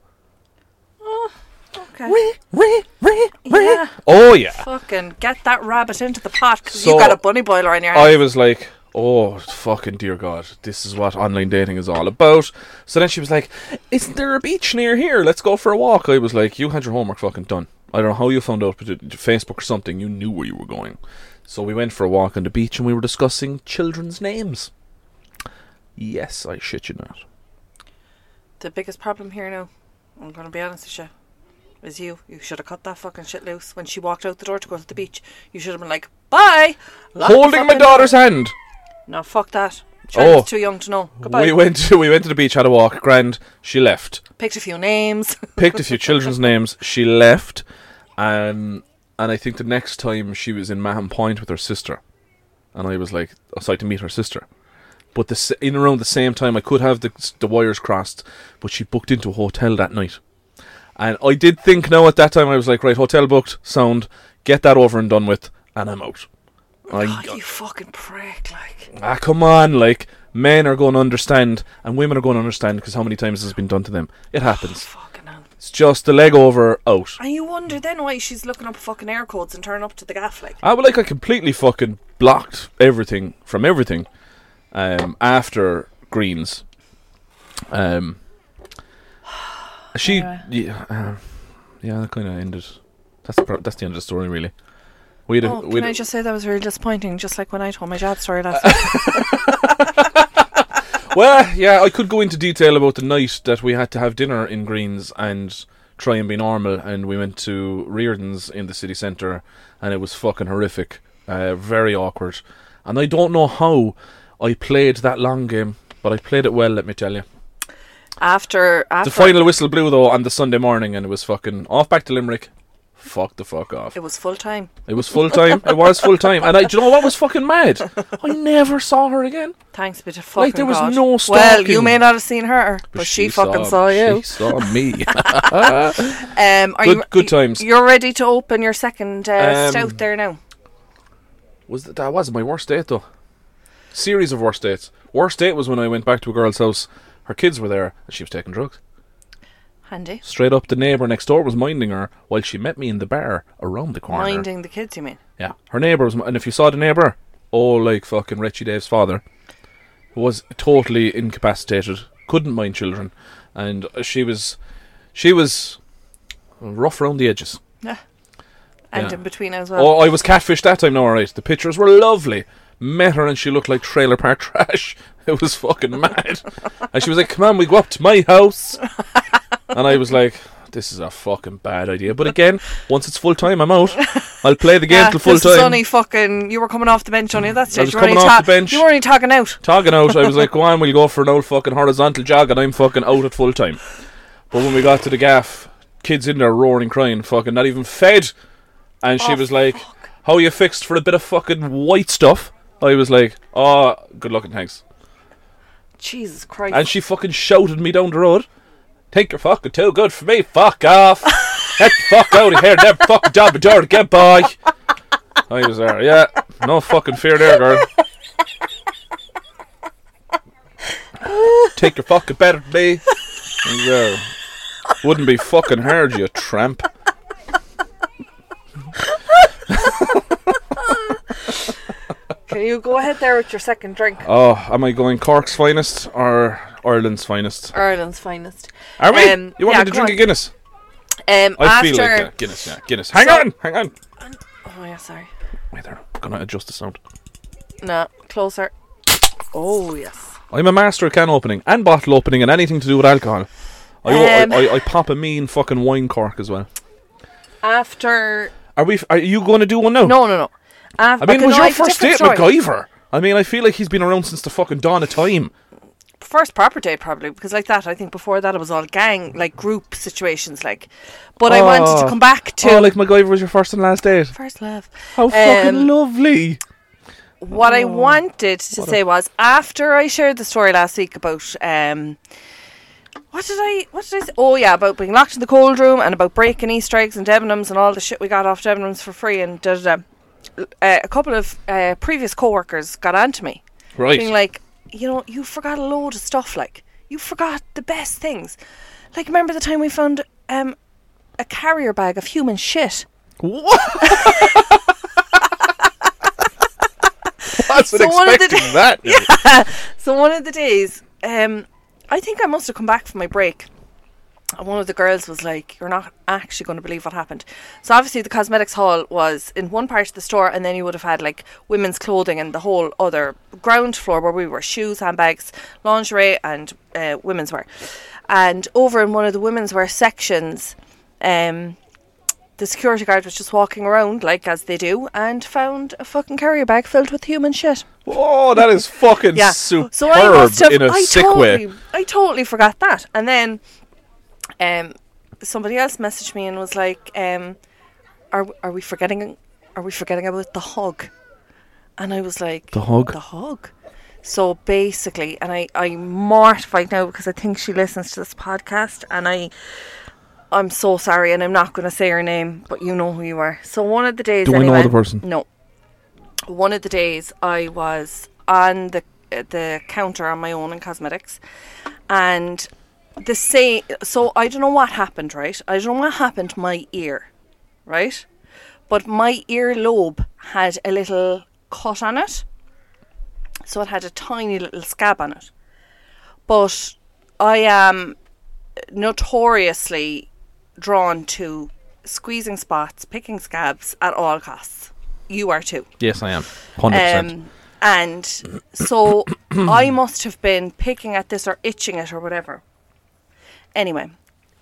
Okay. Yeah.
Yeah. Oh yeah.
Fucking get that rabbit into the pot because
So,
you got a bunny boiler on your hand.
I was like, oh fucking dear God, this is what online dating is all about. So then she was like, isn't there a beach near here? Let's go for a walk. I was like, you had your homework fucking done. I don't know how you found out, but it- Facebook or something, you knew where you were going. So we went for a walk on the beach and we were discussing children's names. Yes, I shit you not.
the biggest problem here now, I'm going to be honest with you, It was you. You should have cut that fucking shit loose when she walked out the door to go to the beach. You should have been like, bye. Lock the
Holding my
fucking-
daughter's hand.
No, fuck that. Trent
Oh.
was too young to know. Goodbye.
We went to, we went to the beach, had a walk, grand. She left.
Picked a few names.
Picked a few children's names. She left, and and I think the next time she was in Mahon Point with her sister, and I was like, I was like to meet her sister. But the, s- in around the same time, I could have the the wires crossed, but she booked into a hotel that night, and I did think now at that time I was like, right, hotel booked, sound, get that over and done with, and I'm out. I,
God, you fucking prick. Like,
Ah, come on, like, men are going to understand and women are going to understand because how many times this has been done to them. It happens.
fucking hell.
It's just the leg over, out.
And you wonder then why she's looking up fucking air codes and turning up to the gaff. Like,
I would like, I completely fucking blocked everything from everything um, after Greens. Um, she,
Anyway.
yeah, uh, yeah, that kind of ended. That's the, pro- that's the end of the story, really. We had a,
oh,
we
can
had
I
a- Uh,
just say that was really disappointing, just like when I told my dad story last week.
Well, yeah, I could go into detail about the night that we had to have dinner in Greens and try and be normal, and we went to Reardon's in the city centre, and it was fucking horrific, uh, very awkward, and I don't know how I played that long game, but I played it well. Let me tell you.
After, after
The final whistle blew though on the Sunday morning, and it was fucking off back to Limerick. Fuck the fuck off.
it was full time.
It was full time. It was full time, and I, do you know what was fucking mad? I never saw her again.
Thanks be to fucking
Like, there was
God.
no
Well, you
stalking.
may not have seen her, but, she, fucking saw, you.
She saw me.
Um, are
Good-
you,
good times.
You're ready to open your second uh,
Um,
stout there now.
Was that, that was my worst date though? Series of worst dates. Worst date was when I went back to a girl's house. Her kids were there, and she was taking drugs.
Handy.
Straight up, the neighbour next door was minding her while she met me in the bar around the corner.
Minding the kids, you mean?
Yeah, her neighbour was, and if you saw the neighbour, oh, like fucking Richie Dave's father, was totally incapacitated, couldn't mind children, and she was, she was rough around the edges.
Yeah. And
Yeah.
in between as well.
Oh, I was catfished that time, no, alright. The pictures were lovely. Met her and she looked like trailer park trash. It was fucking mad. and she was like, Come on, we go up to my house. and I was like, This is a fucking bad idea. But again, once it's full time, I'm out. I'll play the game
Yeah,
till full
this is
time.
only fucking. You were coming off the bench on you. That's
I
it.
was
You were only
coming off
ta-
the bench.
You were only talking out.
Talking out, I was like, Go on, we'll go for an old fucking horizontal jog and I'm fucking out at full time. But when we got to the gaff, kids in there roaring, crying, fucking not even fed. And she
Oh,
was like, How you fixed for a bit of fucking white stuff? I was like, Oh, good luck and thanks.
Jesus Christ.
And she fucking shouted me down the road, Think you're fucking too good for me, fuck off. Get the fuck out of here, never fucking job at door again, boy. I was there, yeah, no fucking fear there, girl. Take your fucking better than me. I was there. Wouldn't be fucking hard, you tramp.
Can you go ahead there with your second drink?
Oh, am I going Cork's finest or Ireland's finest?
Ireland's finest.
Are we?
Um,
you want
yeah,
me to
go
drink
on.
a Guinness?
Um,
I
after.
feel like that. Guinness, yeah, Guinness. Hang
So-
on, hang on.
Oh yeah, sorry.
Wait there, I'm gonna adjust the sound.
No, closer. Oh yes.
I'm a master at can opening and bottle opening and anything to do with alcohol. I,
Um.
I, I, I pop a mean fucking wine cork as well.
After.
Are we? Are you going to do one now?
No, no, no. After,
I mean, was your first date
statement,
MacGyver? I mean, I feel like he's been around since the fucking dawn of time.
first proper date probably because like that I think before that it was all gang like group situations like but I wanted
Oh.
to come back to
Oh, like MacGyver was your first and last date.
first love
How fucking
Um,
lovely!
what I wanted to
Oh, What a-
say was after I shared the story last week about um what did I what did I say? oh yeah about being locked in the cold room and about breaking Easter eggs and Debenhams and all the shit we got off Debenhams for free and da da da uh, a couple of uh, previous co-workers got onto me
Right.
being like, you know, you forgot a load of stuff. Like, you forgot the best things. Like, remember the time we found um, a carrier bag of human shit?
What? Wasn't
So one of the
expecting that.
So one of the days, um, I think I must have come back from my break. And one of the girls was like, You're not actually going to believe what happened. So, obviously, the cosmetics hall was in one part of the store, and then you would have had like women's clothing and the whole other ground floor where we were shoes, handbags, lingerie, and uh, women's wear. And over in one of the women's wear sections, Um, the security guard was just walking around, like as they do, and found a fucking carrier bag filled with human shit.
Oh, that is fucking
Yeah.
superb
So I must have.
in a
I
sick
totally,
way.
I totally forgot that. And then, um, somebody else messaged me and was like, um, "Are are we forgetting? Are we forgetting about the hug?" And I was like,
The hug?
the hug." So basically, and I I'm mortified now because I think she listens to this podcast, and I. I'm so sorry, and I'm not going to say her name, but you know who you are. So one of the days,
Do we know
anyway-
the person?
No. One of the days, I was on the uh, the counter on my own in cosmetics, and the same. So I don't know what happened, right? I don't know what happened to my ear, right? But my earlobe had a little cut on it, so it had a tiny little scab on it. But I um, am notoriously drawn to squeezing spots, picking scabs at all costs. You are too.
Yes, I am. Hundred percent.
Um, and so I must have been picking at this or itching it or whatever. Anyway,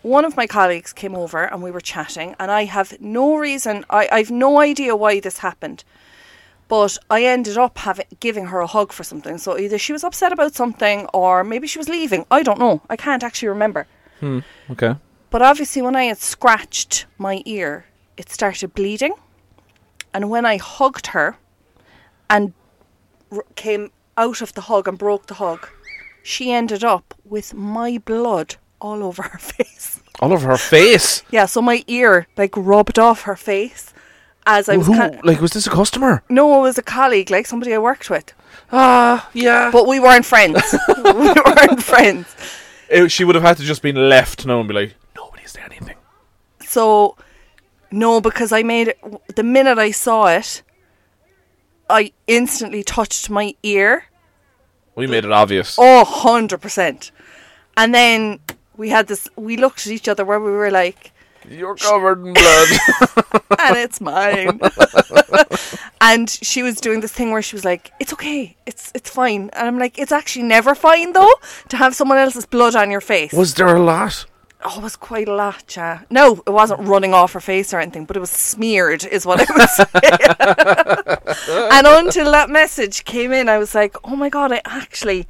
one of my colleagues came over and we were chatting, and I have no reason, I, I've no idea why this happened. But I ended up having giving her a hug for something. So either she was upset about something or maybe she was leaving. I don't know. I can't actually remember.
Okay.
But obviously, when I had scratched my ear, it started bleeding. And when I hugged her and r- came out of the hug and broke the hug, she ended up with my blood all over her face.
All over her face.
Yeah, so my ear like rubbed off her face as I was
Who?
kind
Like, was this a customer?
no, it was a colleague, like somebody I worked with.
Ah, yeah.
But we weren't friends. we weren't friends.
It- she would have had to just been left now and be like, nobody's there anything.
So, no, because I made it, the minute I saw it, I instantly touched my ear.
We made it obvious.
Oh, 100%. And then we had this, we looked at each other where we were like,
You're covered in blood.
and it's mine. and she was doing this thing where she was like, "It's okay, it's it's fine," and I'm like, "It's actually never fine though to have someone else's blood on your face."
was there a lot?
Oh, it was quite a lot, yeah. No, it wasn't running off her face or anything, but it was smeared, is what I was saying. and until that message came in, I was like, oh my God, I actually,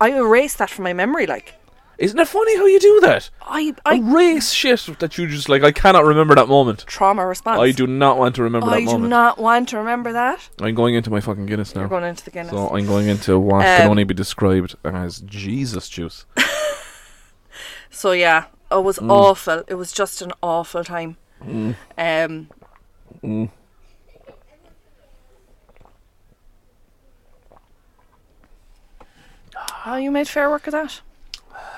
I erased that from my memory. Like,
Isn't it funny how you do that?
I, I
Erase shit that you just like. I cannot remember that moment.
trauma response.
I do not want to remember
I
that
do
moment.
not want to remember that.
I'm going into my fucking Guinness
We're
now.
going into the Guinness.
So I'm going into what can
Um,
only be described as Jesus juice.
So yeah, it was
Mm.
awful. It was just an awful time. Um,
Mm.
Oh, you made fair work of that.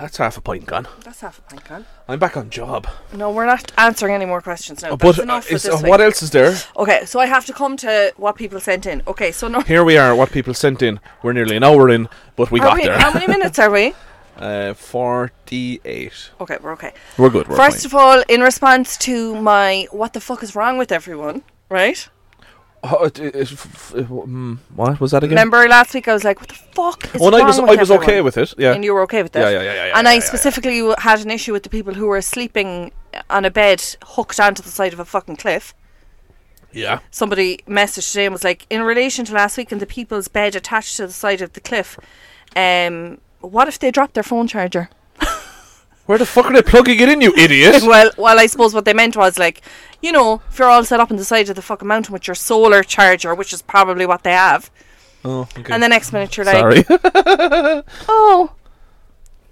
That's half a pint gone.
That's half a pint gone.
I'm back on job.
No, we're not answering any more questions now. That's
Uh, but
enough for
is-
this week.
what else is there?
Okay, so I have to come to what people sent in. Okay, so no,
Here we are. What people sent in. We're nearly an hour in, but we
are
got
we,
there.
how many minutes are we?
Uh, Forty-eight.
Okay, we're okay.
We're good. We're
First
fine.
of all, in response to my what the fuck is wrong with everyone, right?
Oh, it- it- it- f- f- mm, what was that again?
Remember last week I was like, what the fuck is
Well,
wrong
I was
with
I was
everyone?
okay with it. Yeah.
And you were okay with that.
yeah, yeah, yeah, yeah, yeah.
and I
yeah,
specifically w had an issue with the people who were sleeping on a bed hooked onto the side of a fucking cliff.
Yeah.
Somebody messaged today and was like, in relation to last week and the people's bed attached to the side of the cliff, um, what if they dropped their phone charger?
Where the fuck are they plugging it in, you idiot?
well, well, I suppose what they meant was like, you know, if you're all set up on the side of the fucking mountain with your solar charger, which is probably what they have,
oh, okay.
and the next minute you're like,
Sorry.
oh,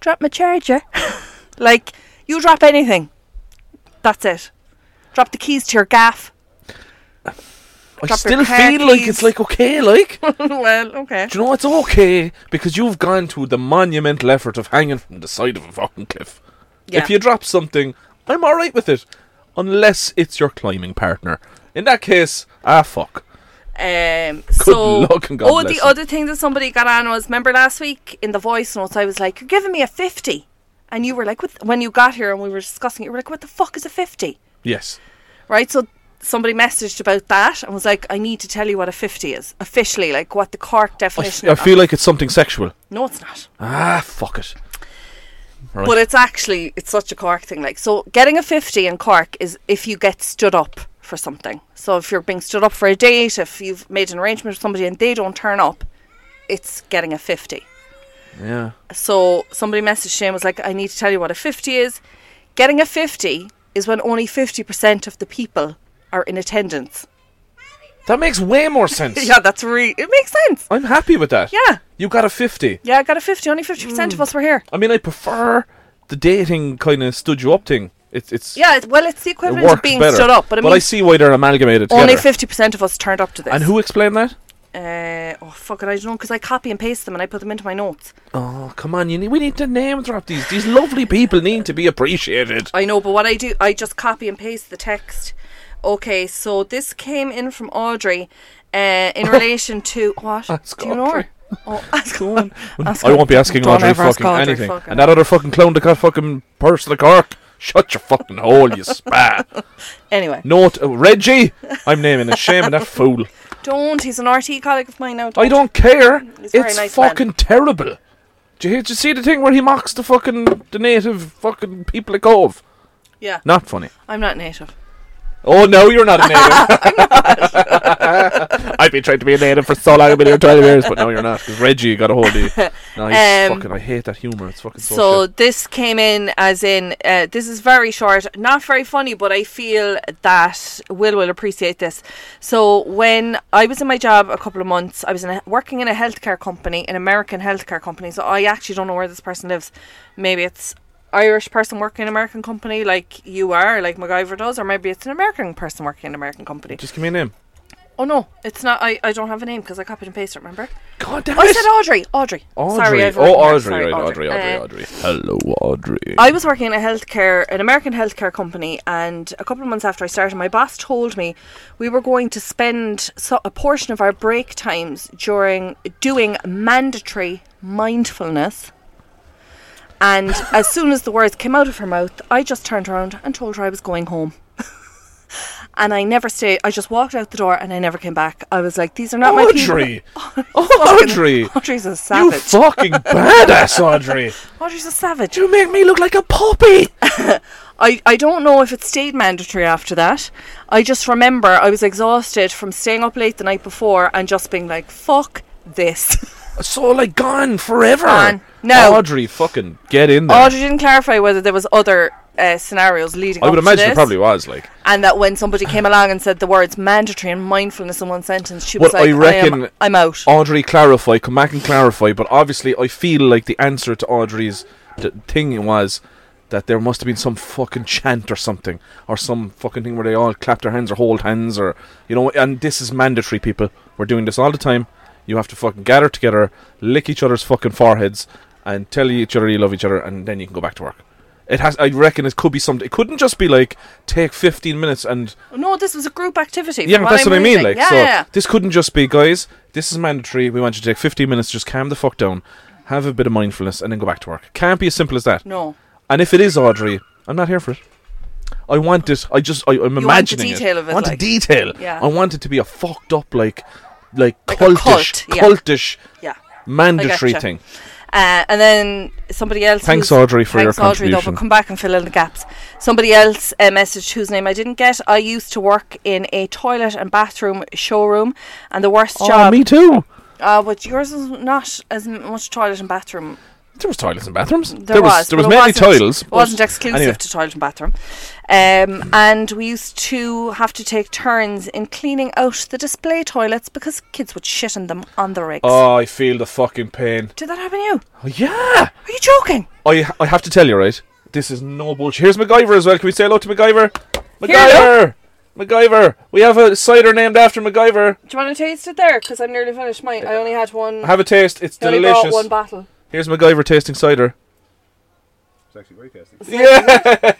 drop my charger. like, you drop anything. That's it. Drop the keys to your gaff.
I
your
still
car
feel like
keys.
it's like okay, like do
well, okay.
you know it's okay because you've gone to the monumental effort of hanging from the side of a fucking cliff.
Yeah.
If you drop something, I'm all right with it, unless it's your climbing partner. In that case, ah fuck.
um, so,
luck and God
oh,
bless
the
them.
other thing that somebody got on was remember last week in the voice notes, I was like, "You're giving me a 50. and you were like, what, "When you got here and we were discussing it, you were like, what the fuck is a 50?
Yes.
right? So somebody messaged about that and was like, I need to tell you what a 50 is officially, like what the Cork
I
definition
f- I
of-
feel like it's something sexual.
No, it's not.
Ah fuck it. Right.
But it's actually it's such a Cork thing. Like so, getting a fifty in Cork is if you get stood up for something. So if you're being stood up for a date, if you've made an arrangement with somebody and they don't turn up, it's getting a fifty.
yeah.
So somebody messaged Shane was like, I need to tell you what a 50 is. Getting a 50 is when only 50% of the people are in attendance.
That makes way more sense.
Yeah, that's really, it makes sense.
I'm happy with that.
Yeah.
You got a 50.
Yeah, I got a 50. Only 50% of us were here.
I mean, I prefer the dating kind of stood you up thing. It's it's
Yeah, it, well, it's the
it
equivalent
works
of being
better.
stood up, but I mean,
I see why they're amalgamated together.
only 50% of us turned up to this.
and who explained that?
Uh, oh, fuck it, I don't know, because I copy and paste them and I put them into my notes.
Oh, come on! You need, we need to name drop these. These lovely people need to be appreciated.
I know, but what I do, I just copy and paste the text. Okay, so this came in from Audrey uh, in relation to what?
Ask
do you know her?
Audrey.
Oh, ask
Go on.
Ask
I won't be asking
Don't
Audrey
ever ask
fucking
Audrey
anything.
fucking-
And that other fucking clown that got fucking purse the cork. Shut your fucking hole, you spa.
Anyway,
Note uh, Reggie. I'm naming and shaming that fool.
don't. He's an RT colleague of mine now.
I don't care.
He's a very
It's
nice man.
fucking terrible. Do you, did you see the thing where he mocks the fucking the native fucking people of Cove?
Yeah,
Not funny.
I'm not native.
Oh no, you're not a native. I've been trying to be a native for so long, I've been here 12 years, but no, you're not. Because Reggie got a hold of you. No, he's
Um,
fucking. I hate that humor. It's fucking so.
So
shit.
this came in as in uh, this is very short, not very funny, but I feel that Will will appreciate this. So when I was in my job a couple of months, I was in a, working in a healthcare company, an American healthcare company. So I actually don't know where this person lives. Maybe it's Irish person working in an American company, like you are, like MacGyver does, or maybe it's an American person working in an American company.
Just give me a name.
Oh no, it's not. I, I don't have a name because I copied and pasted. it, Remember?
God damn
I
it.
said Audrey. Audrey.
Audrey.
Sorry, I've
oh,
written her.
Audrey,
Sorry,
right, Audrey, Audrey, Audrey,
Uh,
Hello, Audrey.
I was working in a healthcare, an American healthcare company, and a couple of months after I started, my boss told me we were going to spend so, a portion of our break times during doing mandatory mindfulness. And as soon as the words came out of her mouth, I just turned around and told her I was going home. and I never stayed. I just walked out the door and I never came back. I was like, these are not my people.
Audrey. Oh, Audrey.
Audrey's a
You
savage.
fucking badass, Audrey.
Audrey's a savage.
You make me look like a puppy.
I, I don't know if it stayed mandatory after that. I just remember I was exhausted from staying up late the night before and just being like, fuck this.
So like gone forever.
Gone. No.
Audrey, fucking get in there.
Audrey didn't clarify whether there was other uh, scenarios leading
I would
up to
imagine
this,
it probably was like.
And that when somebody came along and said the words mandatory and mindfulness in one sentence, she was
What
like,
I
I am,
reckon-
I'm out.
Audrey, clarify. Come back and clarify. But obviously, I feel like the answer to Audrey's t- thing was that there must have been some fucking chant or something, or some fucking thing where they all clap their hands or hold hands, or you know. And this is mandatory, people. We're doing this all the time. You have to fucking gather together, lick each other's fucking foreheads, and tell each other you love each other, and then you can go back to work. It has. I reckon it could be something. It couldn't just be like take fifteen minutes and
No, this was a group activity.
yeah,
from
but that's what I
I'm
mean.
reading.
Like,
yeah,
so
yeah, yeah.
this couldn't just be, guys. This is mandatory. We want you to take 15 minutes, just calm the fuck down, have a bit of mindfulness, and then go back to work. Can't be as simple as that.
No.
And if it is Audrey, I'm not here for it. I want it. I just, I, I'm
the
imagining
detail of
I
it,
want
like.
the detail.
Yeah.
I want it to be a fucked up, like, like,
Like a cult,
cultish,
yeah.
cultish,
Yeah.
mandatory
gotcha.
thing.
Uh, and then somebody else.
Thanks,
who's-
Audrey, for your
thanks, Audrey, though,
contribution.
but come back and fill in the gaps. Somebody else uh, messaged whose name I didn't get. I used to work in a toilet and bathroom showroom, and the worst
Oh,
job.
me too.
Uh, but yours is not as m- much toilet and bathroom.
There was toilets and bathrooms.
There, was.
There
but
was
it
many
wasn't-
toilets.
It wasn't
but-
exclusive
anyway.
to toilet and bathroom. Um, and we used to have to take turns in cleaning out the display toilets because kids would shit in them on the rigs.
Oh, I feel the fucking pain.
Did that happen to you?
Oh, yeah.
Are you joking?
I I have to tell you, right? This is no bullshit. Here's MacGyver as well. Can we say hello to MacGyver?
Here,
MacGyver! MacGyver! We have a cider named after MacGyver.
Do you want to taste it there? Because I'm nearly finished mine. I only had one.
Have a taste. It's
I only brought
delicious.
one bottle.
Here's MacGyver tasting cider.
It's actually very tasty.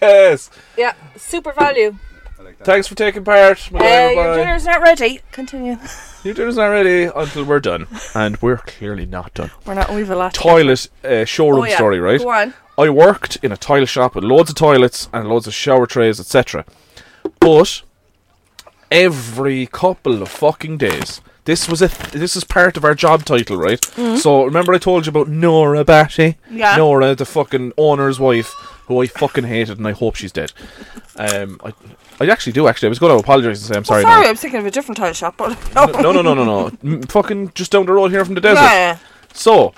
Yes!
Yeah, super value.
I like that.
Thanks for taking part,
Uh,
MacGyver.
your
boy.
dinner's not ready. Continue.
Your dinner's not ready until we're done. And we're clearly not done.
We're not. We've a lot.
Toilet uh, showroom
Oh, yeah.
story, right?
Go on.
I worked in a toilet shop with loads of toilets and loads of shower trays, etc. But every couple of fucking days. This was a th- this is part of our job title, right? So remember I told you about Nora Batty?
Mm. Yeah.
Nora, the fucking owner's wife, who I fucking hated and I hope she's dead. Um I I actually do actually. I was gonna apologise and say I'm sorry.
Oh, sorry,
Nora.
I was thinking of a different tile shop, but no.
No, no, no, no, no. M- fucking just down the road here from the desert.
yeah.
So,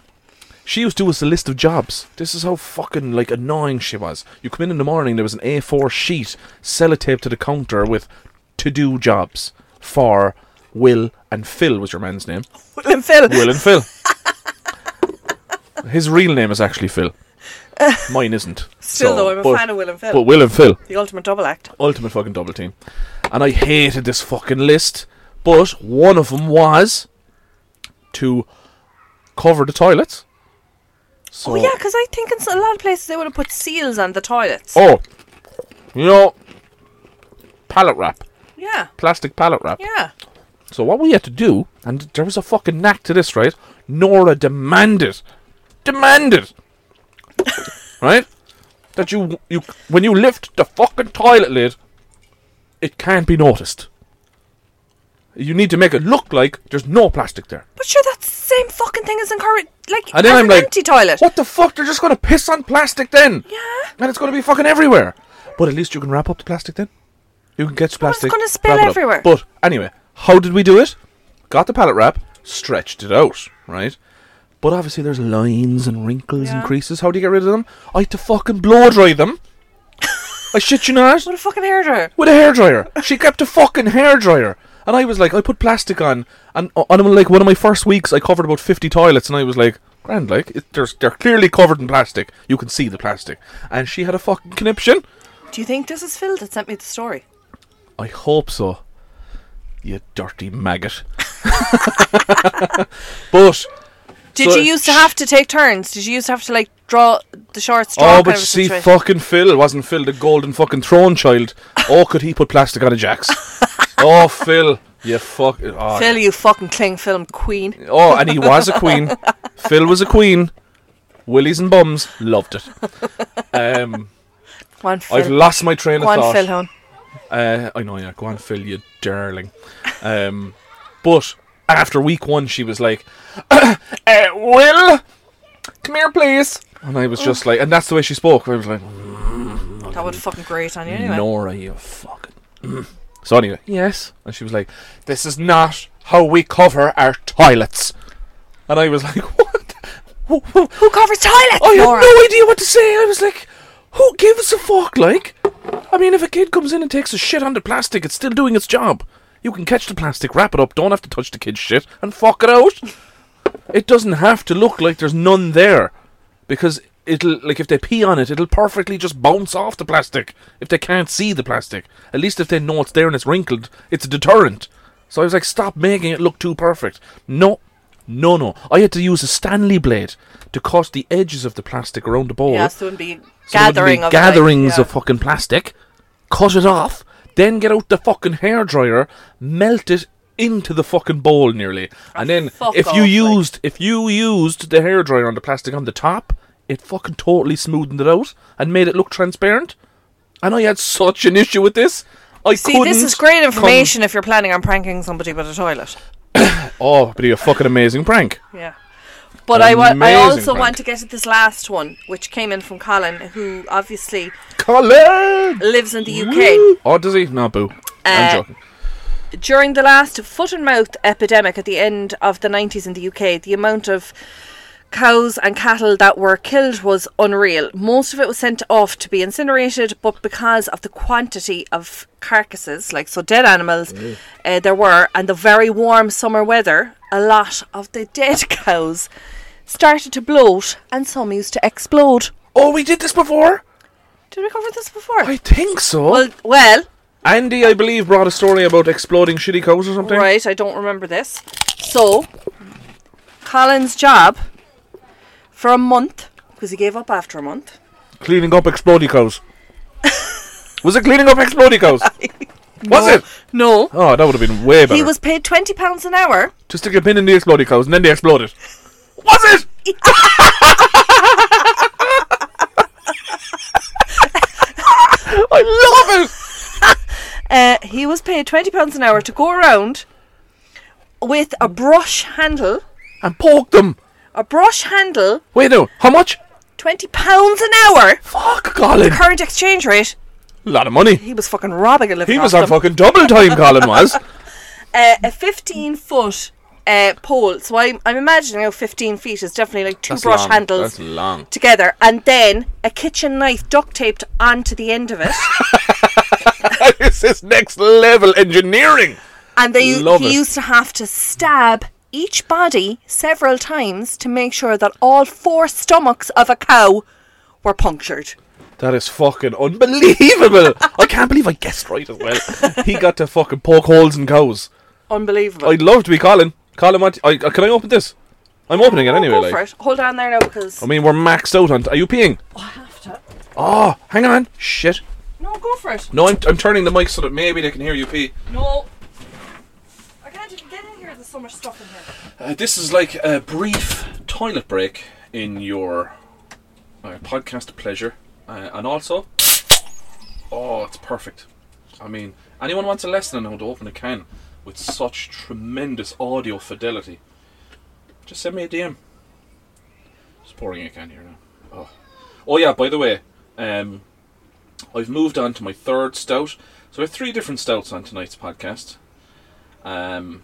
she used to do us a list of jobs. This is how fucking like annoying she was. You come in in the morning, there was an A4 sheet sellotaped to the counter with to-do jobs for Will and Phil was your man's name.
Will and Phil.
Will and Phil. His real name is actually Phil. Mine isn't.
Still
So,
though, I'm a
but-
fan of Will and Phil.
But Will and Phil
the ultimate double act.
ultimate fucking double team. And I hated this fucking list, but one of them was to cover the toilets. So,
Oh yeah, because I think in s- a lot of places they would have put seals on the toilets.
Oh, you know, pallet wrap,
Yeah,
plastic pallet wrap.
yeah.
So what we had to do, and there was a fucking knack to this, right? Nora demanded, demanded, right, that you you when you lift the fucking toilet lid, it can't be noticed. You need to make it look like there's no plastic there.
But sure, that's the same fucking thing as encourage like
And then
as
I'm
an
like,
empty toilet.
What the fuck? They're just gonna piss on plastic then,
Yeah,
and it's gonna be fucking everywhere. But at least you can wrap up the plastic then. You can get
Well, it's
plastic.
gonna spill
wrap it up.
everywhere.
But anyway, how did we do it? Got the pallet wrap, stretched it out, right? But obviously, there's lines and wrinkles and
Yeah.
creases. How do you get rid of them? I had to fucking blow dry them. I shit you not
what a fucking hairdryer.
with a hairdryer. She kept a fucking hairdryer. And I was like, I put plastic on, and on on, like one of my first weeks, I covered about fifty toilets, and I was like, grand, like it, there's, they're clearly covered in plastic. You can see the plastic. And she had a fucking conniption.
Do you think this is Phil that sent me the story?
I hope so. You dirty maggot. but
Did
So-
you used to have to take turns? Did you used to have to like draw the short straw?
oh,
kind
but
of a
see,
situation?
fucking Phil wasn't Phil the golden fucking throne child. oh, could he put plastic on a jacks? oh, Phil, you fuck. Oh,
Phil, you fucking cling film queen.
Oh, and he was a queen. Phil was a queen. Willies and bums loved it. Um,
One
I've
Phil,
lost my train of
one
thought.
Phil home.
Uh, I know, yeah. Go on, Phil, you darling. Um, but after week one, she was like, uh, "Will, come here, please." And I was just like, and that's the way she spoke. I was like, "Oh,
That would fucking grate on you anyway.
Nora, you fucking. mm-" so anyway, yes. And she was like, "This is not how we cover our toilets." And I was like, "What? Who- who-
Who covers toilets?
I
Nora?
had Oh, no idea what to say. I was like, who gives a fuck? Like, I mean, if a kid comes in and takes a shit on the plastic, it's still doing its job. You can catch the plastic, wrap it up, don't have to touch the kid's shit, and fuck it out. It doesn't have to look like there's none there. Because it'll, like, if they pee on it, it'll perfectly just bounce off the plastic if they can't see the plastic. At least if they know it's there and it's wrinkled, it's a deterrent. So I was like, stop making it look too perfect. No, no, no. I had to use a Stanley blade to cut the edges of the plastic around the bowl.
Yes, there would be
So there
gathering
would
of
be gatherings
like, yeah.
of fucking plastic, cut it off, then get out the fucking hairdryer, melt it into the fucking bowl nearly, and then
Ah, fuck
if you
off, like-
used if you used the hairdryer on the plastic on the top, it fucking totally smoothened it out and made it look transparent. And I had such an issue with this. I
See, this is
couldn't
great
come-
information if you're planning on pranking somebody with a toilet.
Oh, but a fucking amazing prank.
Yeah. But I, wa- I
Amazing
also
prank.
want to get at this last one, which came in from Colin, who obviously
Colin.
lives in the UK.
Woo! Oh, does he? No, boo.
Uh,
I'm joking.
During the last foot and mouth epidemic at the end of the 90s in the UK, the amount of cows and cattle that were killed was unreal. Most of it was sent off to be incinerated, but because of the quantity of carcasses, like so dead animals, uh, there were, and the very warm summer weather, a lot of the dead cows started to bloat and some used to explode.
Oh, we did this before.
Did we cover this before?
I think so.
well, well,
Andy, I believe, brought a story about exploding shitty cows or something.
Right, I don't remember this. So, Colin's job for a month, because he gave up after a month.
Cleaning up exploding cows. was it cleaning up exploding cows? was
No.
it?
No.
Oh, that would have been way better.
He was paid £20 an hour.
to stick a pin in the exploding cows and then they exploded. Was it? I love it.
Uh, he was paid twenty pounds an hour to go around with a brush handle,
and poke them.
a brush handle,
Wait now, how much?
twenty pounds an hour.
Fuck, Colin.
Current exchange rate.
A lot of money.
He was fucking robbing a living.
He
off
was on
them.
fucking double time, Colin was.
uh, a 15 foot uh, pole. So I'm, I'm imagining how 15 feet is definitely like two
That's
brush
long.
handles
That's long.
together, and then a kitchen knife duct taped onto the end of it.
this is next level engineering.
and they
Love
he
it.
used to have to stab each body several times to make sure that all four stomachs of a cow were punctured.
That is fucking unbelievable. I can't believe I guessed right as well. He got to fucking poke holes in cows.
Unbelievable.
I'd love to be Colin. Colin, want I, I- can I open this? I'm opening it
Oh, go
anyway.
for
Like. Um,
it. Hold on there now because
I mean, we're maxed out on. Are you peeing?
I have to.
Oh, hang on. Shit.
No, go for it.
No, I'm, I'm turning the mic so that maybe they can hear you pee.
No. I can't even get in here. There's so much stuff in here.
Uh, this is like a brief toilet break in your uh, podcast pleasure, uh, and also, oh, it's perfect. I mean, anyone wants a lesson on how to open a can with such tremendous audio fidelity, just send me a DM. Just pouring a can here now. Oh, oh yeah. By the way, um, I've moved on to my third stout, so I have three different stouts on tonight's podcast. Um.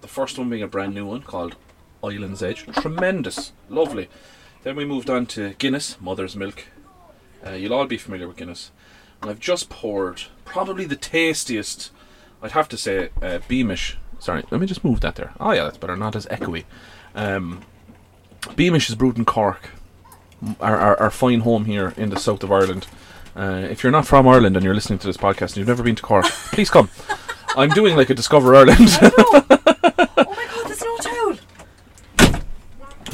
The first one being a brand new one called Island's Edge. Tremendous. Lovely. Then we moved on to Guinness, Mother's Milk. Uh, you'll all be familiar with Guinness. And I've just poured probably the tastiest, I'd have to say, uh, Beamish. Sorry, let me just move that there. Oh, yeah, that's better. Not as echoey. Um, Beamish is brewed in Cork, m- our, our, our fine home here in the south of Ireland. Uh, if you're not from Ireland and you're listening to this podcast and you've never been to Cork, please come. I'm doing like a Discover Ireland.
oh my god, there's no towel.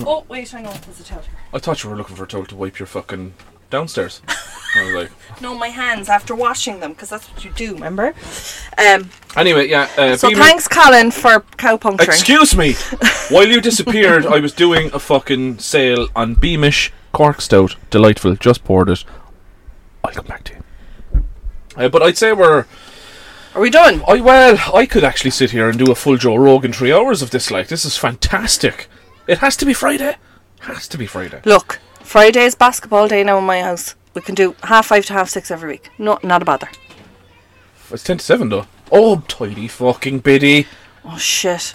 Oh, wait, hang on, there's a towel here.
I thought you were looking for a towel to wipe your fucking downstairs. I was like,
No, my hands after washing them, because that's what you do, remember? Um,
anyway, yeah. Uh,
so
Beamer-
thanks, Colin, for cow puncturing.
Excuse me. While you disappeared, I was doing a fucking sale on Beamish Cork Stout. Delightful. Just poured it. I'll come back to you. Uh, but I'd say we're.
Are we done?
I well, I could actually sit here and do a full Joe Rogan three hours of this. Like, this is fantastic. It has to be Friday. Has to be Friday.
Look, Friday is basketball day now in my house. We can do half five to half six every week. No, not a bother.
It's ten to seven though. Oh, tidy fucking biddy.
Oh, shit.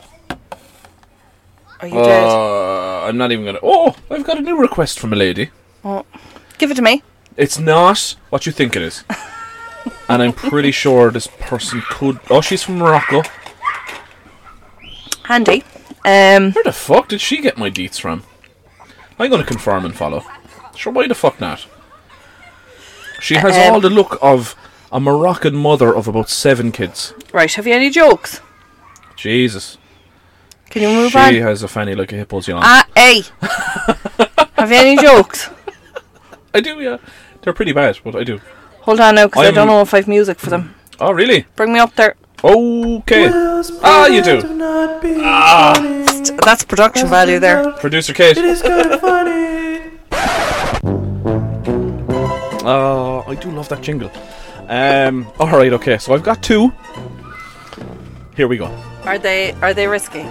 Are you dead?
Uh, I'm not even gonna. Oh, I've got a new request from a lady.
Give it to me.
It's not what you think it is. and I'm pretty sure this person could. Oh, she's from Morocco.
Handy. Um,
Where the fuck did she get my deets from? I'm gonna confirm and follow. Sure, why the fuck not? She has
Um,
all the look of a Moroccan mother of about seven kids.
right, have you any jokes?
Jesus.
Can you move
she
on?
has a fanny like a hippo's yawn.
Ah, hey. have you any jokes?
I do, yeah. They're pretty bad, but I do.
Hold on now, because I
I'm-
don't know if I've music for them.
Oh, really?
Bring me up there.
Okay. Ah, you do. Ah.
St- That's production value there.
Producer Kate. Oh, I do love that jingle. Um, all right, okay. So I've got two. Here we go.
Are they are they risky?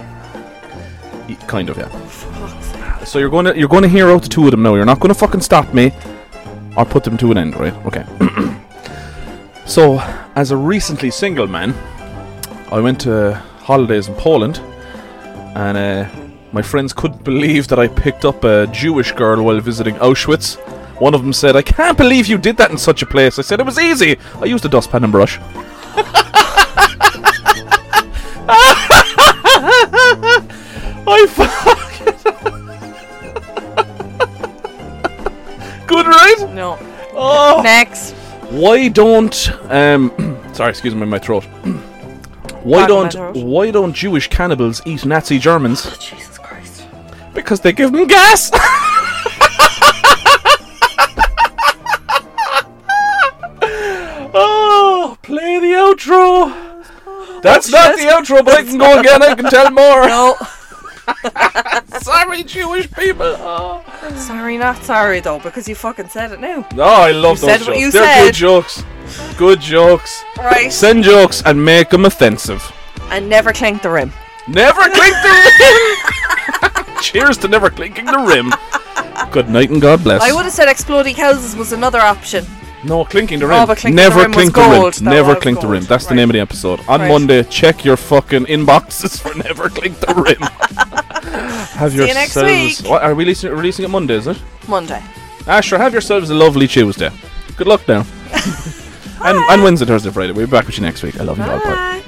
Y- Kind of, yeah. So you're going to you're going to hear out the two of them now. You're not going to fucking stop me or put them to an end, right? Okay. so, as a recently single man, I went to holidays in Poland, and uh, my friends couldn't believe that I picked up a Jewish girl while visiting Auschwitz. One of them said, "I can't believe you did that in such a place." I said, "It was easy. I used a dustpan and brush." I fucking. Good, right?
No.
Oh.
Next.
Why don't um sorry, excuse me, my throat. Why
Pardon my
don't
throat.
why don't Jewish cannibals eat Nazi Germans?
Jesus Christ.
Because they give them gas. oh, play the outro. That's not the outro, but I can go again. I can tell more.
No.
Sorry, Jewish people. Oh,
sorry, not sorry though, because you fucking said it now.
No, oh, I love
You
those
said what
jokes.
you
They're
said.
good jokes. Good jokes.
Right.
Send jokes and make them offensive.
And never clink the rim.
Never clink the rim. Cheers to never clinking the rim. Good night and God bless.
I would have said exploding houses was another option.
No, clinking the rim.
Oh, but clinking the
Never
rim was
clink
gold.
the
That
rim. Never
was
clink the
gold.
rim. That's the
Right.
name of the episode. On
Right.
Monday, check your fucking inboxes for never clink the rim. have
See you next
yourselves.
week.
What, are we releasing, releasing it Monday? Is it?
Monday.
Ah, sure. Have yourselves a lovely Tuesday. Good luck now. and, and Wednesday, Thursday, Friday. We'll be back with you next week. I love you all. Bye.
Bye.